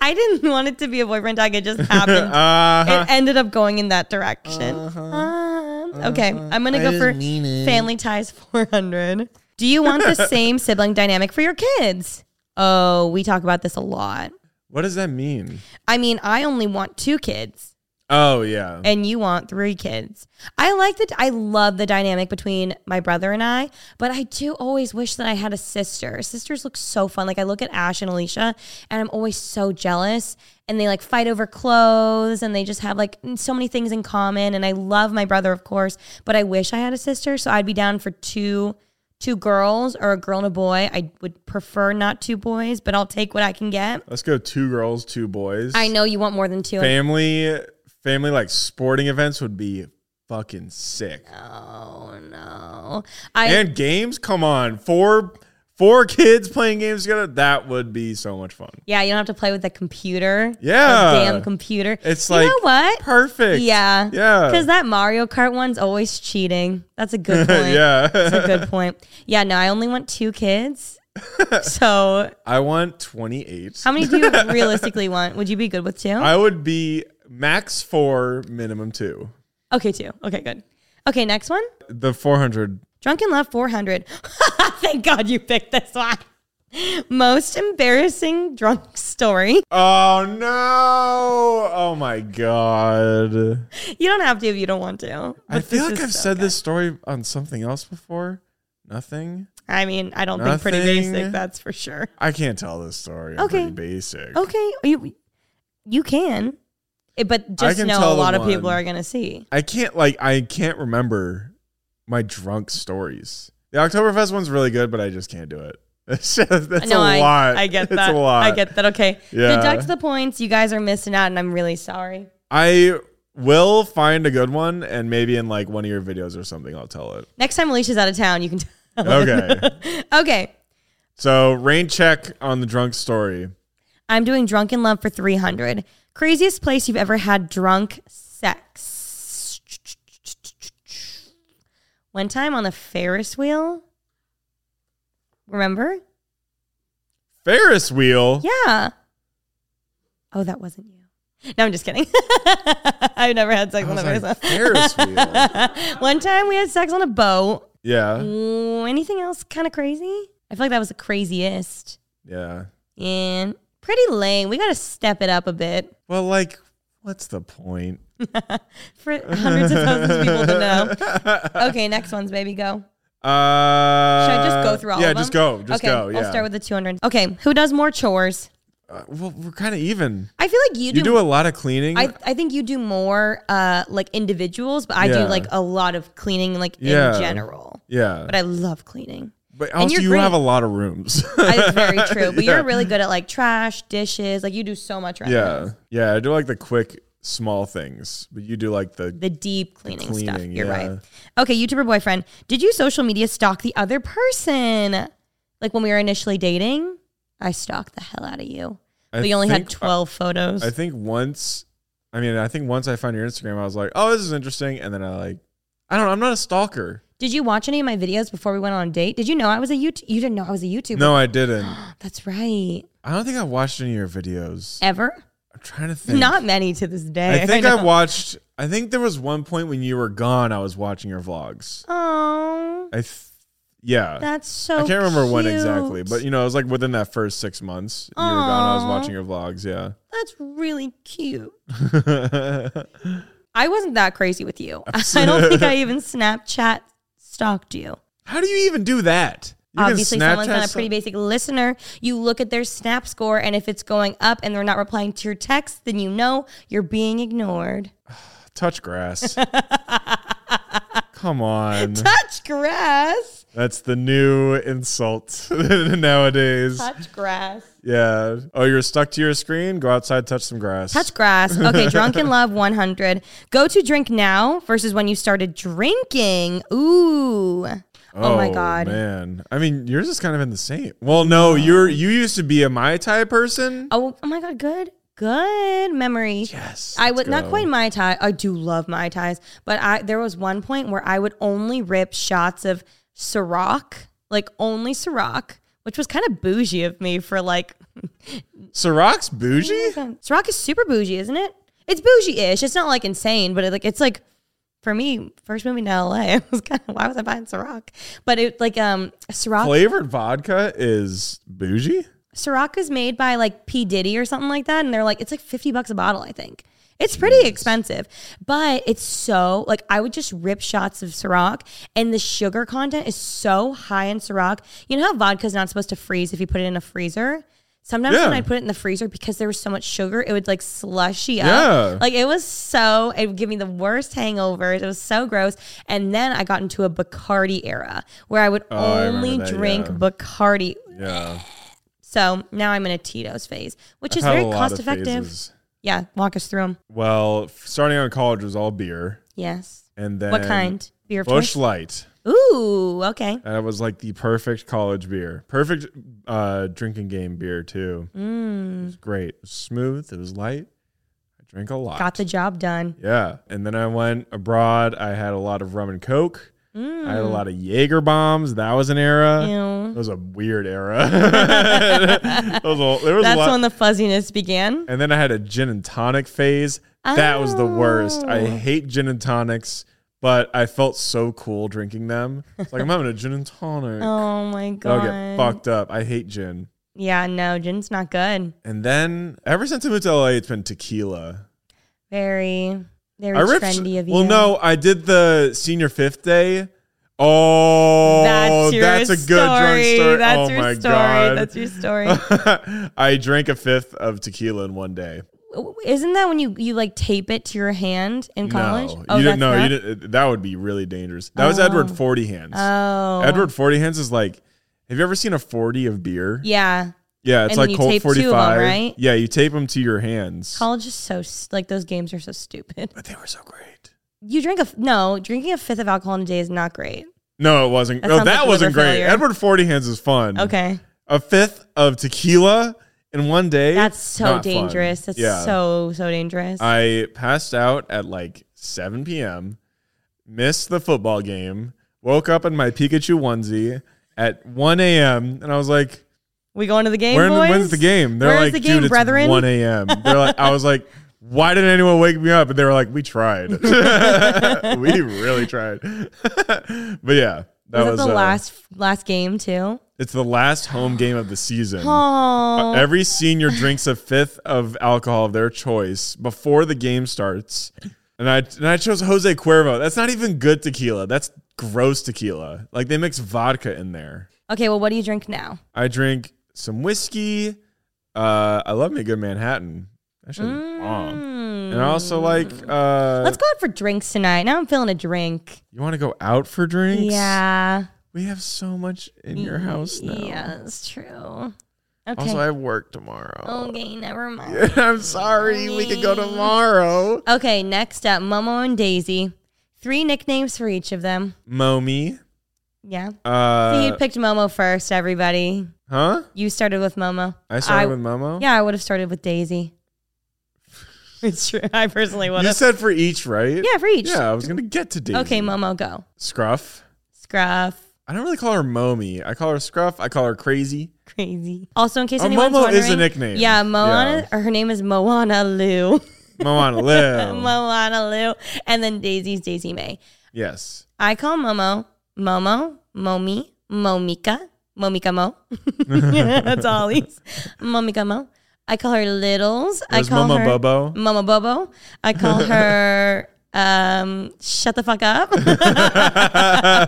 [SPEAKER 2] I didn't want it to be a boyfriend tag. It just happened.
[SPEAKER 4] Uh-huh.
[SPEAKER 2] It ended up going in that direction. Uh, okay,
[SPEAKER 4] Uh-huh.
[SPEAKER 2] I'm gonna go for family ties 400. Do you want the same sibling dynamic for your kids? Oh, we talk about this a lot.
[SPEAKER 4] What does that mean?
[SPEAKER 2] I mean, I only want two kids,
[SPEAKER 4] Oh yeah.
[SPEAKER 2] and you want three kids. I like that. I love the dynamic between my brother and I, but I do always wish that I had a sister. Sisters look so fun. Like I look at Ash and Alicia, and I'm always so jealous. And they like fight over clothes, and they just have like so many things in common. And I love my brother, of course, but I wish I had a sister, so I'd be down for two. Two girls or a girl and a boy. I would prefer not two boys, but I'll take what I can get.
[SPEAKER 4] Let's go two girls, two boys.
[SPEAKER 2] I know you want more than two. and
[SPEAKER 4] Family family like sporting events would be fucking sick.
[SPEAKER 2] Oh no! I
[SPEAKER 4] and games? Come on. Four four kids playing games together? That would be so much fun.
[SPEAKER 2] yeah, you don't have to play with the computer.
[SPEAKER 4] Yeah.
[SPEAKER 2] The damn computer.
[SPEAKER 4] It's
[SPEAKER 2] you
[SPEAKER 4] like
[SPEAKER 2] know what?
[SPEAKER 4] perfect.
[SPEAKER 2] Yeah,
[SPEAKER 4] Yeah.
[SPEAKER 2] Because that Mario Kart one's always cheating. That's a good point.
[SPEAKER 4] Yeah.
[SPEAKER 2] that's a good point. Yeah, no, I only want two kids. so
[SPEAKER 4] I want 28.
[SPEAKER 2] how many do you realistically want? Would you be good with two?
[SPEAKER 4] I would be max 4, minimum 2.
[SPEAKER 2] okay, two. Okay, good. Okay, next one.
[SPEAKER 4] The 400
[SPEAKER 2] Drunken Love 400. Thank God you picked this one. Most embarrassing drunk story.
[SPEAKER 4] Oh no! Oh my god!
[SPEAKER 2] You don't have to if you don't want to.
[SPEAKER 4] I
[SPEAKER 2] but
[SPEAKER 4] feel
[SPEAKER 2] this
[SPEAKER 4] like
[SPEAKER 2] is
[SPEAKER 4] I've
[SPEAKER 2] so
[SPEAKER 4] said
[SPEAKER 2] good.
[SPEAKER 4] this story on something else before. Nothing.
[SPEAKER 2] I mean, I don't think pretty
[SPEAKER 4] Nothing.
[SPEAKER 2] basic, that's for sure.
[SPEAKER 4] I can't tell this story. I'm
[SPEAKER 2] Okay.
[SPEAKER 4] pretty basic.
[SPEAKER 2] Okay, you you can. Eh, But just
[SPEAKER 4] can
[SPEAKER 2] know
[SPEAKER 4] tell
[SPEAKER 2] a
[SPEAKER 4] the
[SPEAKER 2] lot of people
[SPEAKER 4] one.
[SPEAKER 2] are going to see.
[SPEAKER 4] I can't like I can't remember my drunk stories. The Oktoberfest one's really good, but I just can't do it. That's, just- that's
[SPEAKER 2] no,
[SPEAKER 4] a
[SPEAKER 2] I,
[SPEAKER 4] lot.
[SPEAKER 2] I get
[SPEAKER 4] It's
[SPEAKER 2] that.
[SPEAKER 4] a lot.
[SPEAKER 2] I get that. Okay.
[SPEAKER 4] Yeah.
[SPEAKER 2] Deduct the points. You guys are missing out, and I'm really sorry.
[SPEAKER 4] I will find a good one, and maybe in like one of your videos or something, I'll tell it.
[SPEAKER 2] Next time Alicia's out of town, you can tell.
[SPEAKER 4] Okay.
[SPEAKER 2] Okay.
[SPEAKER 4] so rain check on the drunk story.
[SPEAKER 2] I'm doing drunken love for 300. Craziest place you've ever had drunk sex. One time on the Ferris wheel. Remember?
[SPEAKER 4] Ferris wheel.
[SPEAKER 2] Yeah. Oh, that wasn't you. No, I'm just kidding. I've never had sex
[SPEAKER 4] I
[SPEAKER 2] on the
[SPEAKER 4] was
[SPEAKER 2] Ferris wheel.
[SPEAKER 4] like, Ferris wheel.
[SPEAKER 2] One time we had sex on a boat. Mm.
[SPEAKER 4] Yeah.
[SPEAKER 2] Ooh, anything else kind of crazy? I feel like that was the craziest.
[SPEAKER 4] Yeah.
[SPEAKER 2] And pretty lame. We got to step it up a bit.
[SPEAKER 4] Well, like, what's the point?
[SPEAKER 2] for hundreds of thousands of people to know. Okay, next one's baby go.
[SPEAKER 4] Uh,
[SPEAKER 2] Should I just go through all
[SPEAKER 4] yeah,
[SPEAKER 2] of them?
[SPEAKER 4] just go. Just
[SPEAKER 2] okay,
[SPEAKER 4] go. Yeah.
[SPEAKER 2] I'll start with the 200. Okay, who does more chores?
[SPEAKER 4] Uh, well, we're kind of even.
[SPEAKER 2] I feel like you
[SPEAKER 4] You,
[SPEAKER 2] do.
[SPEAKER 4] do, a lot of cleaning.
[SPEAKER 2] I, I think you do more uh, like individuals, but I
[SPEAKER 4] Yeah.
[SPEAKER 2] do like a lot of cleaning like
[SPEAKER 4] Yeah.
[SPEAKER 2] in general.
[SPEAKER 4] yeah.
[SPEAKER 2] But I love cleaning.
[SPEAKER 4] But
[SPEAKER 2] and
[SPEAKER 4] also,
[SPEAKER 2] you're
[SPEAKER 4] you
[SPEAKER 2] great.
[SPEAKER 4] have a lot of rooms.
[SPEAKER 2] That's very true. But
[SPEAKER 4] Yeah.
[SPEAKER 2] you're really good at like trash, dishes. Like you do so much. around the
[SPEAKER 4] yeah.
[SPEAKER 2] house.
[SPEAKER 4] Yeah. I do like the quick small things, but you do like the
[SPEAKER 2] The deep cleaning, stuff.
[SPEAKER 4] cleaning,
[SPEAKER 2] You're
[SPEAKER 4] yeah.
[SPEAKER 2] right. Okay, YouTuber boyfriend, did you social media stalk the other person? Like when we were initially dating, I stalked the hell out of you.
[SPEAKER 4] I
[SPEAKER 2] But you only had
[SPEAKER 4] think-
[SPEAKER 2] 12 photos.
[SPEAKER 4] I think once, I mean, I think once I found your Instagram, I was like, oh, this is interesting, and then I like, I don't know, I'm not a stalker.
[SPEAKER 2] did you watch any of my videos before we went on a date? Did you know I was a YouTube? You didn't know I was a YouTuber.
[SPEAKER 4] No, I didn't.
[SPEAKER 2] That's right.
[SPEAKER 4] I don't think I watched any of your videos.
[SPEAKER 2] Ever?
[SPEAKER 4] I'm trying to think.
[SPEAKER 2] Not many to this day.
[SPEAKER 4] I think I,
[SPEAKER 2] know.
[SPEAKER 4] watched. I think there was one point when you were gone. I was watching your vlogs.
[SPEAKER 2] Oh,
[SPEAKER 4] I, th- yeah.
[SPEAKER 2] that's so.
[SPEAKER 4] I can't remember when exactly,
[SPEAKER 2] cute.
[SPEAKER 4] but you know, it was like within that first six months you were gone. I was
[SPEAKER 2] Aw.
[SPEAKER 4] watching your vlogs. Yeah.
[SPEAKER 2] that's really cute. I wasn't that crazy with you. I don't think I even Snapchat stalked you.
[SPEAKER 4] How do you even do that? You can
[SPEAKER 2] Obviously, someone's
[SPEAKER 4] Snapchat
[SPEAKER 2] not a
[SPEAKER 4] some-
[SPEAKER 2] pretty basic listener. You look at their Snap score, and if it's going up and they're not replying to your text, then you know you're being ignored.
[SPEAKER 4] touch grass. Come on.
[SPEAKER 2] Touch grass.
[SPEAKER 4] That's the new insult nowadays.
[SPEAKER 2] Touch grass.
[SPEAKER 4] Yeah. Oh, you're stuck to your screen? Go outside, touch some grass.
[SPEAKER 2] Touch grass. Okay, drunk in love 100. Go to drink now versus when you started drinking. Ooh. Oh, my God.
[SPEAKER 4] Man. I mean, yours is kind of in the same. Well, no, you're you used to be a Mai Tai person.
[SPEAKER 2] Oh, oh my God. Good. Good memory.
[SPEAKER 4] Yes.
[SPEAKER 2] I
[SPEAKER 4] let's
[SPEAKER 2] would not
[SPEAKER 4] go.
[SPEAKER 2] quite Mai Tai. I do love Mai Tais, but I there was one point where I would only rip shots of Ciroc, like only Ciroc, which was kind of bougie of me for like
[SPEAKER 4] Ciroc's bougie?
[SPEAKER 2] Ciroc is super bougie, isn't it? It's bougie-ish. It's not like insane, but it, like it's like for me, first moving to LA, I was kind of why was I buying Ciroc? But it like um Ciroc
[SPEAKER 4] Flavored vodka is bougie?
[SPEAKER 2] Ciroc is made by like P Diddy or something like that, and they're like it's like fifty bucks a bottle, I think. It's pretty expensive, but it's so like I would just rip shots of Ciroc, and the sugar content is so high in Ciroc. You know how vodka's not supposed to freeze if you put it in a freezer. Sometimes when
[SPEAKER 4] Yeah.
[SPEAKER 2] I put it in the freezer because there was so much sugar, it would like slushy up.
[SPEAKER 4] Yeah.
[SPEAKER 2] Like it was so it would give me the worst hangovers. It was so gross. And then I got into a Bacardi era where I would
[SPEAKER 4] Oh, I remember
[SPEAKER 2] only
[SPEAKER 4] that,
[SPEAKER 2] drink
[SPEAKER 4] yeah.
[SPEAKER 2] Bacardi.
[SPEAKER 4] Yeah.
[SPEAKER 2] So now I'm in a Tito's phase, which is
[SPEAKER 4] I've had
[SPEAKER 2] very
[SPEAKER 4] a lot of
[SPEAKER 2] cost effective.
[SPEAKER 4] phases.
[SPEAKER 2] Yeah, walk us through them.
[SPEAKER 4] Well, f- starting out in college was all beer.
[SPEAKER 2] Yes.
[SPEAKER 4] And then
[SPEAKER 2] what kind? Beer of
[SPEAKER 4] Bush
[SPEAKER 2] choice?
[SPEAKER 4] Light.
[SPEAKER 2] Ooh, okay.
[SPEAKER 4] And it was like the perfect college beer. Perfect uh, drinking game beer too.
[SPEAKER 2] Mm.
[SPEAKER 4] It was great. It was smooth. It was light. I drank a lot.
[SPEAKER 2] Got the job done.
[SPEAKER 4] Yeah. And then I went abroad. I had a lot of rum and coke. I had a lot of Jaeger bombs. That was an era.
[SPEAKER 2] Mm. Ew.
[SPEAKER 4] That was a weird era. That was a- there was a
[SPEAKER 2] That's
[SPEAKER 4] lot.
[SPEAKER 2] when the fuzziness began.
[SPEAKER 4] and then I had a gin and tonic phase. That was the worst. I
[SPEAKER 2] Oh.
[SPEAKER 4] hate gin and tonics, but I felt so cool drinking them. It's like I'm having a gin and tonic.
[SPEAKER 2] Oh my god.
[SPEAKER 4] I'll get fucked up. I hate gin.
[SPEAKER 2] Yeah, no, gin's not good.
[SPEAKER 4] And then ever since I moved to LA, it's been tequila.
[SPEAKER 2] Very, very
[SPEAKER 4] I ripped.
[SPEAKER 2] trendy of you.
[SPEAKER 4] well, no, I did the senior fifth day. Oh,
[SPEAKER 2] that's
[SPEAKER 4] that's,
[SPEAKER 2] your
[SPEAKER 4] a good drunk
[SPEAKER 2] story.
[SPEAKER 4] story.
[SPEAKER 2] That's
[SPEAKER 4] oh
[SPEAKER 2] your
[SPEAKER 4] my
[SPEAKER 2] story.
[SPEAKER 4] god,
[SPEAKER 2] That's your story.
[SPEAKER 4] I drank a fifth of tequila in one day.
[SPEAKER 2] Isn't that when you you like tape it to your hand in college?
[SPEAKER 4] No,
[SPEAKER 2] Oh,
[SPEAKER 4] you
[SPEAKER 2] that's
[SPEAKER 4] didn't know.
[SPEAKER 2] not-
[SPEAKER 4] You didn't, uh, that would be really dangerous. That was Edward Forty Hands.
[SPEAKER 2] Oh,
[SPEAKER 4] Edward Forty Hands is like. Have you ever seen a forty of beer?
[SPEAKER 2] Yeah,
[SPEAKER 4] Yeah,
[SPEAKER 2] And
[SPEAKER 4] it's
[SPEAKER 2] then
[SPEAKER 4] like
[SPEAKER 2] you
[SPEAKER 4] Colt
[SPEAKER 2] tape two of
[SPEAKER 4] forty
[SPEAKER 2] 'em,
[SPEAKER 4] five.
[SPEAKER 2] right?
[SPEAKER 4] Yeah, you tape them to your hands.
[SPEAKER 2] college is so s- like those games are so stupid.
[SPEAKER 4] but they were so great.
[SPEAKER 2] You drink a f- no drinking a fifth of alcohol in a day is not great.
[SPEAKER 4] No, it wasn't.
[SPEAKER 2] That
[SPEAKER 4] oh,
[SPEAKER 2] sounds
[SPEAKER 4] that
[SPEAKER 2] like
[SPEAKER 4] wasn't
[SPEAKER 2] liver
[SPEAKER 4] great.
[SPEAKER 2] failure.
[SPEAKER 4] Edward Forty Hands is fun.
[SPEAKER 2] Okay,
[SPEAKER 4] a fifth of tequila in one day.
[SPEAKER 2] that's so
[SPEAKER 4] Not fun.
[SPEAKER 2] dangerous. That's
[SPEAKER 4] Yeah.
[SPEAKER 2] so so dangerous.
[SPEAKER 4] I passed out at like 7 p.m., missed the football game, woke up in my Pikachu onesie at 1 a.m., and I was like,
[SPEAKER 2] we going to the game,
[SPEAKER 4] when,
[SPEAKER 2] boys?
[SPEAKER 4] when's the game? They're
[SPEAKER 2] Where's
[SPEAKER 4] like,
[SPEAKER 2] the game,
[SPEAKER 4] Dude, it's
[SPEAKER 2] brethren?
[SPEAKER 4] 1 a.m. They're like, I was like, why didn't anyone wake me up? And they were like, we tried. we really tried. but yeah, that
[SPEAKER 2] was
[SPEAKER 4] was,
[SPEAKER 2] that the
[SPEAKER 4] uh,
[SPEAKER 2] last last game too?
[SPEAKER 4] It's the last home game of the season. Uh,
[SPEAKER 2] Oh,
[SPEAKER 4] Every senior drinks a fifth of alcohol of their choice before the game starts. And I and I chose Jose Cuervo. That's not even good tequila. That's gross tequila. Like they mix vodka in there.
[SPEAKER 2] okay. Well, what do you drink now?
[SPEAKER 4] I drink some whiskey. Uh, I love me a good Manhattan. That shit is bomb. And I also like uh,
[SPEAKER 2] Mm. Let's go out for drinks tonight. Now I'm feeling a drink.
[SPEAKER 4] you want to go out for drinks?
[SPEAKER 2] Yeah.
[SPEAKER 4] We have so much in your house now.
[SPEAKER 2] Yeah, that's true. Okay. Oh,
[SPEAKER 4] Also, I have work tomorrow.
[SPEAKER 2] okay, never mind.
[SPEAKER 4] I'm sorry. We could go tomorrow.
[SPEAKER 2] Okay, next up, Momo and Daisy. Three nicknames for each of them.
[SPEAKER 4] Momi.
[SPEAKER 2] Yeah. so you
[SPEAKER 4] Uh,
[SPEAKER 2] picked Momo first, everybody.
[SPEAKER 4] huh?
[SPEAKER 2] You started with Momo.
[SPEAKER 4] I started with Momo.
[SPEAKER 2] Yeah, I would have started with Daisy. it's true. I personally would
[SPEAKER 4] You
[SPEAKER 2] have.
[SPEAKER 4] said for each, right?
[SPEAKER 2] Yeah, for each.
[SPEAKER 4] Yeah, I was gonna get to Daisy.
[SPEAKER 2] Okay, Momo, go.
[SPEAKER 4] Scruff.
[SPEAKER 2] Scruff.
[SPEAKER 4] I don't really call her Momi. I call her Scruff. I call her Crazy.
[SPEAKER 2] Crazy. Also, in case
[SPEAKER 4] Oh,
[SPEAKER 2] anyone's
[SPEAKER 4] Momo
[SPEAKER 2] wondering,
[SPEAKER 4] is a nickname.
[SPEAKER 2] Yeah, Moana, or her name is Moana Lou.
[SPEAKER 4] Moana Lou.
[SPEAKER 2] Moana Lou, and then Daisy's Daisy May.
[SPEAKER 4] yes.
[SPEAKER 2] I call Momo Momo, Momi, Momika, Momika Mo. That's Ollie's. Momika Mo. I call her Littles. I
[SPEAKER 4] There's
[SPEAKER 2] call
[SPEAKER 4] Momo
[SPEAKER 2] her
[SPEAKER 4] Bobo.
[SPEAKER 2] Momo Bobo. I call her um, Shut the fuck up.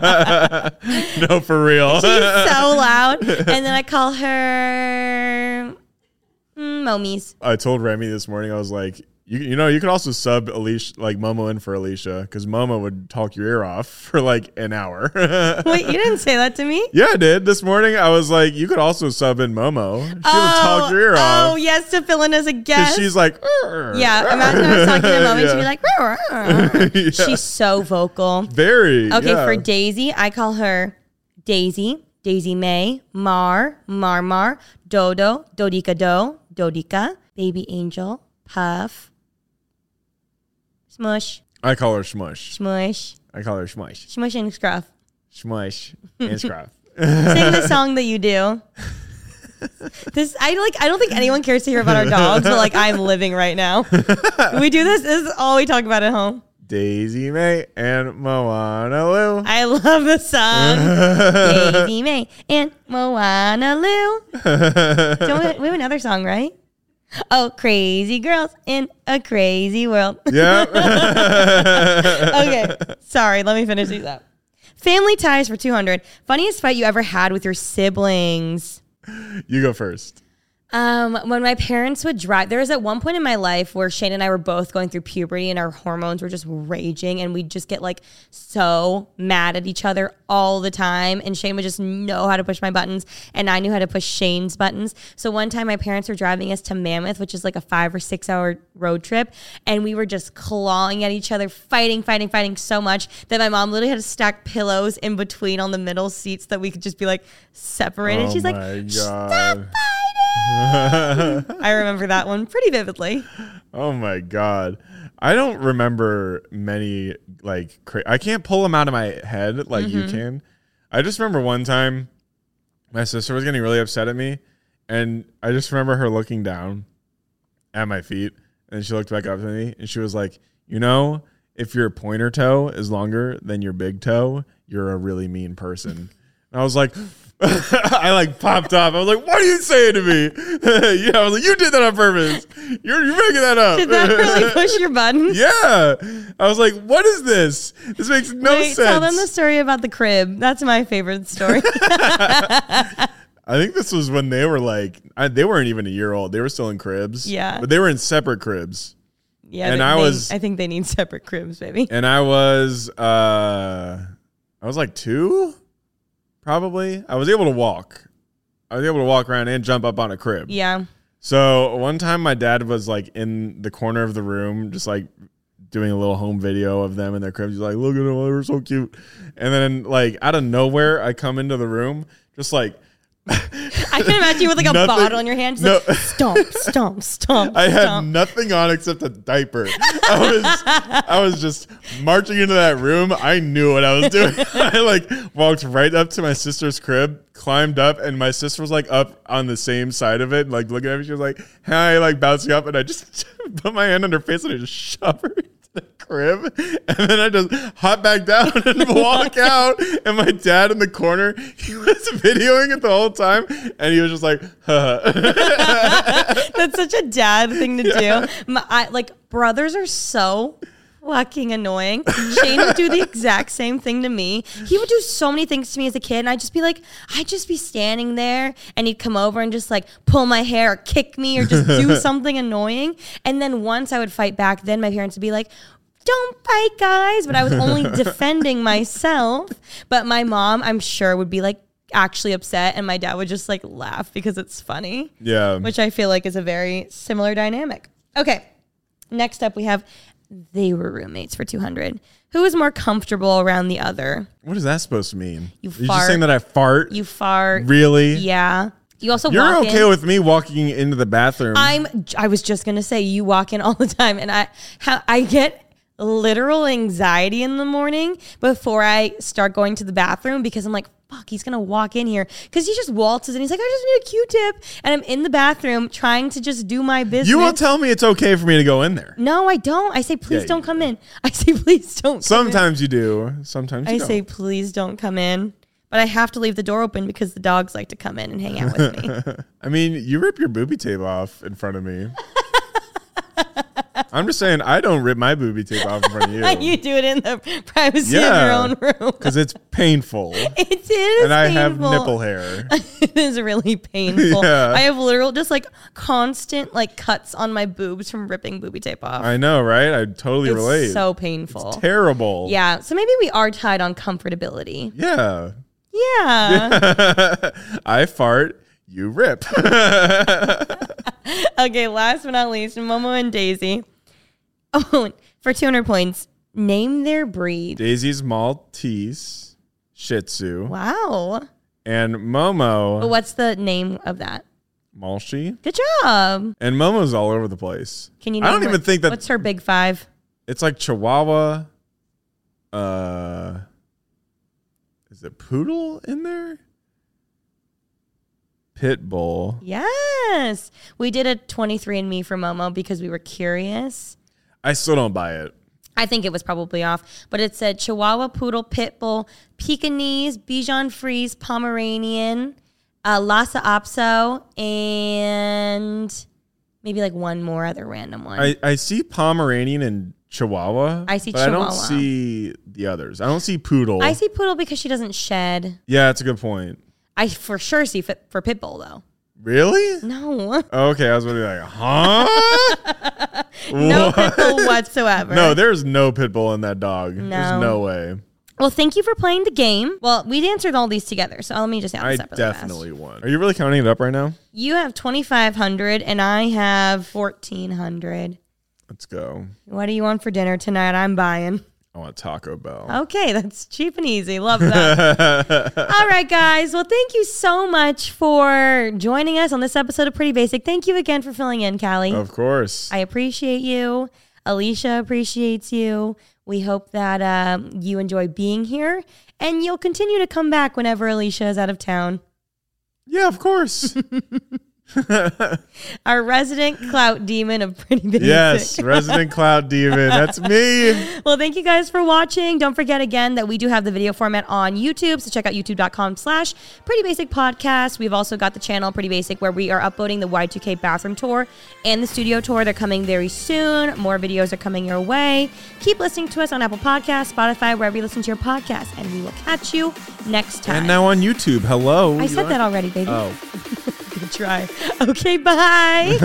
[SPEAKER 4] no, for real.
[SPEAKER 2] She's so loud. And then I call her mm, Momies.
[SPEAKER 4] I told Remy this morning, I was like, you, you know, you could also sub Alicia, like Momo in for Alicia, because Momo would talk your ear off for like an hour.
[SPEAKER 2] Wait, you didn't say that to me?
[SPEAKER 4] yeah, I did. This morning, I was like, you could also sub in Momo. She would talk your ear
[SPEAKER 2] oh,
[SPEAKER 4] off.
[SPEAKER 2] yes, to fill in as a
[SPEAKER 4] 'Cause
[SPEAKER 2] guest.
[SPEAKER 4] she's like, "Arr,
[SPEAKER 2] yeah,
[SPEAKER 4] arr."
[SPEAKER 2] imagine I was talking to Momo and she'd be
[SPEAKER 4] Yeah.
[SPEAKER 2] like, "Rah, rah, rah."
[SPEAKER 4] Yeah.
[SPEAKER 2] she's so vocal.
[SPEAKER 4] very
[SPEAKER 2] Okay,
[SPEAKER 4] yeah.
[SPEAKER 2] for Daisy, I call her Daisy, Daisy May, Mar, Mar Mar, Dodo, Dodica Do, Dodica, Baby Angel, Puff, Smush,
[SPEAKER 4] I call her Smush.
[SPEAKER 2] Smush,
[SPEAKER 4] I call her Smush.
[SPEAKER 2] Smush and Scruff.
[SPEAKER 4] Smush and Scruff.
[SPEAKER 2] Sing the song that you do. This I like. I don't think anyone cares to hear about our dogs, but like I'm living right now. We do this. This is all we talk about at home.
[SPEAKER 4] Daisy May and Moana Lou.
[SPEAKER 2] I love the song. Baby May and Moana Lou. Don't we, we have another song, right? Oh, crazy girls in a crazy world.
[SPEAKER 4] yeah.
[SPEAKER 2] okay, sorry. Let me finish these up. Family ties for 200. Funniest fight you ever had with your siblings?
[SPEAKER 4] you go first.
[SPEAKER 2] Um, when my parents would drive, there was at one point in my life where Shane and I were both going through puberty and our hormones were just raging, and we'd just get like so mad at each other all the time. And Shane would just know how to push my buttons, and I knew how to push Shane's buttons. So one time, my parents were driving us to Mammoth, which is like a five or six hour road trip, and we were just clawing at each other, fighting, fighting, fighting so much that my mom literally had to stack pillows in between on the middle seats that we could just be like separated.
[SPEAKER 4] oh
[SPEAKER 2] She's
[SPEAKER 4] my
[SPEAKER 2] like,
[SPEAKER 4] god.
[SPEAKER 2] I remember that one pretty vividly.
[SPEAKER 4] Oh my god. I don't remember many like cra- I can't pull them out of my head like you
[SPEAKER 2] Mm-hmm.
[SPEAKER 4] can. I just remember one time my sister was getting really upset at me and I just remember her looking down at my feet and she looked back up to me and she was like, "You know, if your pointer toe is longer than your big toe, you're a really mean person." And I was like I like popped off. I was like, "What are you saying to me?" yeah, I was like, "You did that on purpose. You're you're making that up."
[SPEAKER 2] Did that really push your buttons?
[SPEAKER 4] Yeah. I was like, what is this? This makes no
[SPEAKER 2] Wait,
[SPEAKER 4] sense.
[SPEAKER 2] tell them the story about the crib. That's my favorite story.
[SPEAKER 4] I think this was when they were like, I, they weren't even a year old. They were still in cribs.
[SPEAKER 2] Yeah.
[SPEAKER 4] But they were in separate cribs.
[SPEAKER 2] yeah,
[SPEAKER 4] And
[SPEAKER 2] they-
[SPEAKER 4] I
[SPEAKER 2] they-
[SPEAKER 4] was-
[SPEAKER 2] I think they need separate cribs, baby.
[SPEAKER 4] And I was, uh, I was like two, probably. I was able to walk. I was able to walk around and jump up on a crib.
[SPEAKER 2] Yeah,
[SPEAKER 4] So one time my dad was like in the corner of the room, just like doing a little home video of them in their cribs. He's like, look at them, they're so cute. And then like out of nowhere, I come into the room, just like
[SPEAKER 2] I can imagine you with like a
[SPEAKER 4] Nothing-
[SPEAKER 2] bottle in your hand, just
[SPEAKER 4] no.
[SPEAKER 2] like stomp, stomp, stomp.
[SPEAKER 4] I had
[SPEAKER 2] stomp.
[SPEAKER 4] nothing on except a diaper. I was I was just marching into that room. I knew what I was doing. I like walked right up to my sister's crib, climbed up, and my sister was like up on the same side of it, like looking at me. She was like, "Hi," like bouncing up, and I just put my hand on her face and I just shove her. into The crib, and then I just hop back down and walk out. And my dad in the corner, he was videoing it the whole time, and he was just like,
[SPEAKER 2] That's such a dad thing to do. My, I, like brothers are so fucking annoying. Shane would do the exact same thing to me. He would do so many things to me as a kid, and I'd just be like, I'd just be standing there, and he'd come over and just like pull my hair or kick me or just do something annoying. And then once I would fight back, then my parents would be like. Don't fight, guys. But I was only defending myself. But my mom, I'm sure, would be like, actually upset and my dad would just like laugh because it's funny,
[SPEAKER 4] Yeah.
[SPEAKER 2] which I feel like is a very similar dynamic. Okay. Next up we have they were roommates for 200. Who is more comfortable around the other?
[SPEAKER 4] what is that supposed to mean?
[SPEAKER 2] You
[SPEAKER 4] You're
[SPEAKER 2] fart.
[SPEAKER 4] just saying that I fart?
[SPEAKER 2] You fart.
[SPEAKER 4] really?
[SPEAKER 2] Yeah. You also
[SPEAKER 4] You're
[SPEAKER 2] walk
[SPEAKER 4] okay
[SPEAKER 2] in.
[SPEAKER 4] with me walking into the bathroom.
[SPEAKER 2] I'm. I was just gonna say you walk in all the time, and I how I get literal anxiety in the morning before I start going to the bathroom because I'm like, fuck, he's gonna walk in here because he just waltzes and he's like, I just need a Q-tip, and I'm in the bathroom trying to just do my business.
[SPEAKER 4] you will tell me it's okay for me to go in there.
[SPEAKER 2] No, I don't. I say please
[SPEAKER 4] you
[SPEAKER 2] don't come in. I say please don't. come in."
[SPEAKER 4] Sometimes you do. Sometimes you
[SPEAKER 2] I
[SPEAKER 4] don't.
[SPEAKER 2] say please don't come in, but I have to leave the door open because the dogs like to come in and hang out with me.
[SPEAKER 4] I mean, you rip your booby tape off in front of me. I'm just saying, I don't rip my booby tape off in front of
[SPEAKER 2] you
[SPEAKER 4] you
[SPEAKER 2] do it in the privacy
[SPEAKER 4] Yeah.
[SPEAKER 2] of your own room.
[SPEAKER 4] because it's painful,
[SPEAKER 2] It is.
[SPEAKER 4] and I have
[SPEAKER 2] painful.
[SPEAKER 4] nipple hair.
[SPEAKER 2] it is really painful.
[SPEAKER 4] Yeah.
[SPEAKER 2] I have literal just like constant like cuts on my boobs from ripping booby tape off.
[SPEAKER 4] I know, right? I totally
[SPEAKER 2] it's
[SPEAKER 4] relate.
[SPEAKER 2] so painful.
[SPEAKER 4] Terrible.
[SPEAKER 2] yeah. So maybe we are tied on comfortability.
[SPEAKER 4] Yeah.
[SPEAKER 2] Yeah.
[SPEAKER 4] I fart. You rip.
[SPEAKER 2] okay. Last but not least, Momo and Daisy. Oh, for 200 points, name their breed.
[SPEAKER 4] Daisy's Maltese, Shih Tzu,
[SPEAKER 2] Wow.
[SPEAKER 4] and Momo
[SPEAKER 2] But what's the name of that?
[SPEAKER 4] Malshi.
[SPEAKER 2] Good job.
[SPEAKER 4] And Momo's all over the place.
[SPEAKER 2] Can you?
[SPEAKER 4] I
[SPEAKER 2] name
[SPEAKER 4] don't
[SPEAKER 2] her-
[SPEAKER 4] even think that
[SPEAKER 2] What's her big five?
[SPEAKER 4] It's like Chihuahua. Uh, is it poodle in there? Pit bull.
[SPEAKER 2] Yes. We did a 23andMe for Momo because we were curious.
[SPEAKER 4] I still don't buy it.
[SPEAKER 2] I think it was probably off, but it said Chihuahua, Poodle, Pitbull, Pekingese, Bichon Frise, Pomeranian, uh, Lhasa Apso, and maybe like one more other random one.
[SPEAKER 4] I, I see Pomeranian and Chihuahua.
[SPEAKER 2] I see
[SPEAKER 4] but I don't
[SPEAKER 2] Chihuahua.
[SPEAKER 4] see the others. I don't see poodle.
[SPEAKER 2] I see Poodle because she doesn't shed.
[SPEAKER 4] Yeah, that's a good point.
[SPEAKER 2] I for sure see fit for Pitbull though.
[SPEAKER 4] Really?
[SPEAKER 2] No,
[SPEAKER 4] Okay, I was really like, huh?
[SPEAKER 2] no
[SPEAKER 4] What?
[SPEAKER 2] Pitbull whatsoever.
[SPEAKER 4] No, there's no pit bull in that dog.
[SPEAKER 2] No.
[SPEAKER 4] There's no way.
[SPEAKER 2] well, thank you for playing the game. Well, we answered all these together, so let me just add
[SPEAKER 4] I
[SPEAKER 2] this up. really fast.
[SPEAKER 4] definitely won. Are you really counting it up right now?
[SPEAKER 2] You have 2,500 and I have 1,400.
[SPEAKER 4] Let's go.
[SPEAKER 2] What do you want for dinner tonight? I'm buying.
[SPEAKER 4] I want Taco Bell.
[SPEAKER 2] Okay, that's cheap and easy. Love that. All right, guys. Well, thank you so much for joining us on this episode of Pretty Basic. Thank you again for filling in, Callie.
[SPEAKER 4] Of course.
[SPEAKER 2] Oh. I appreciate you. Alicia appreciates you. We hope that um, you enjoy being here and you'll continue to come back whenever Alicia is out of town.
[SPEAKER 4] yeah, of course.
[SPEAKER 2] Our resident clout demon of Pretty Basic.
[SPEAKER 4] yes, resident cloud demon. That's me.
[SPEAKER 2] Well, thank you guys for watching. Don't forget again that we do have the video format on YouTube. So check out youtube.com slash pretty basic podcast. We've also got the channel Pretty Basic where we are uploading the Y2K bathroom tour and the studio tour. They're coming very soon. More videos are coming your way. Keep listening to us on Apple Podcasts, Spotify, wherever you listen to your podcast, and we will catch you next time.
[SPEAKER 4] And now Uh. on YouTube. Hello.
[SPEAKER 2] I said that already, baby.
[SPEAKER 4] Oh.
[SPEAKER 2] Good try. Okay, bye.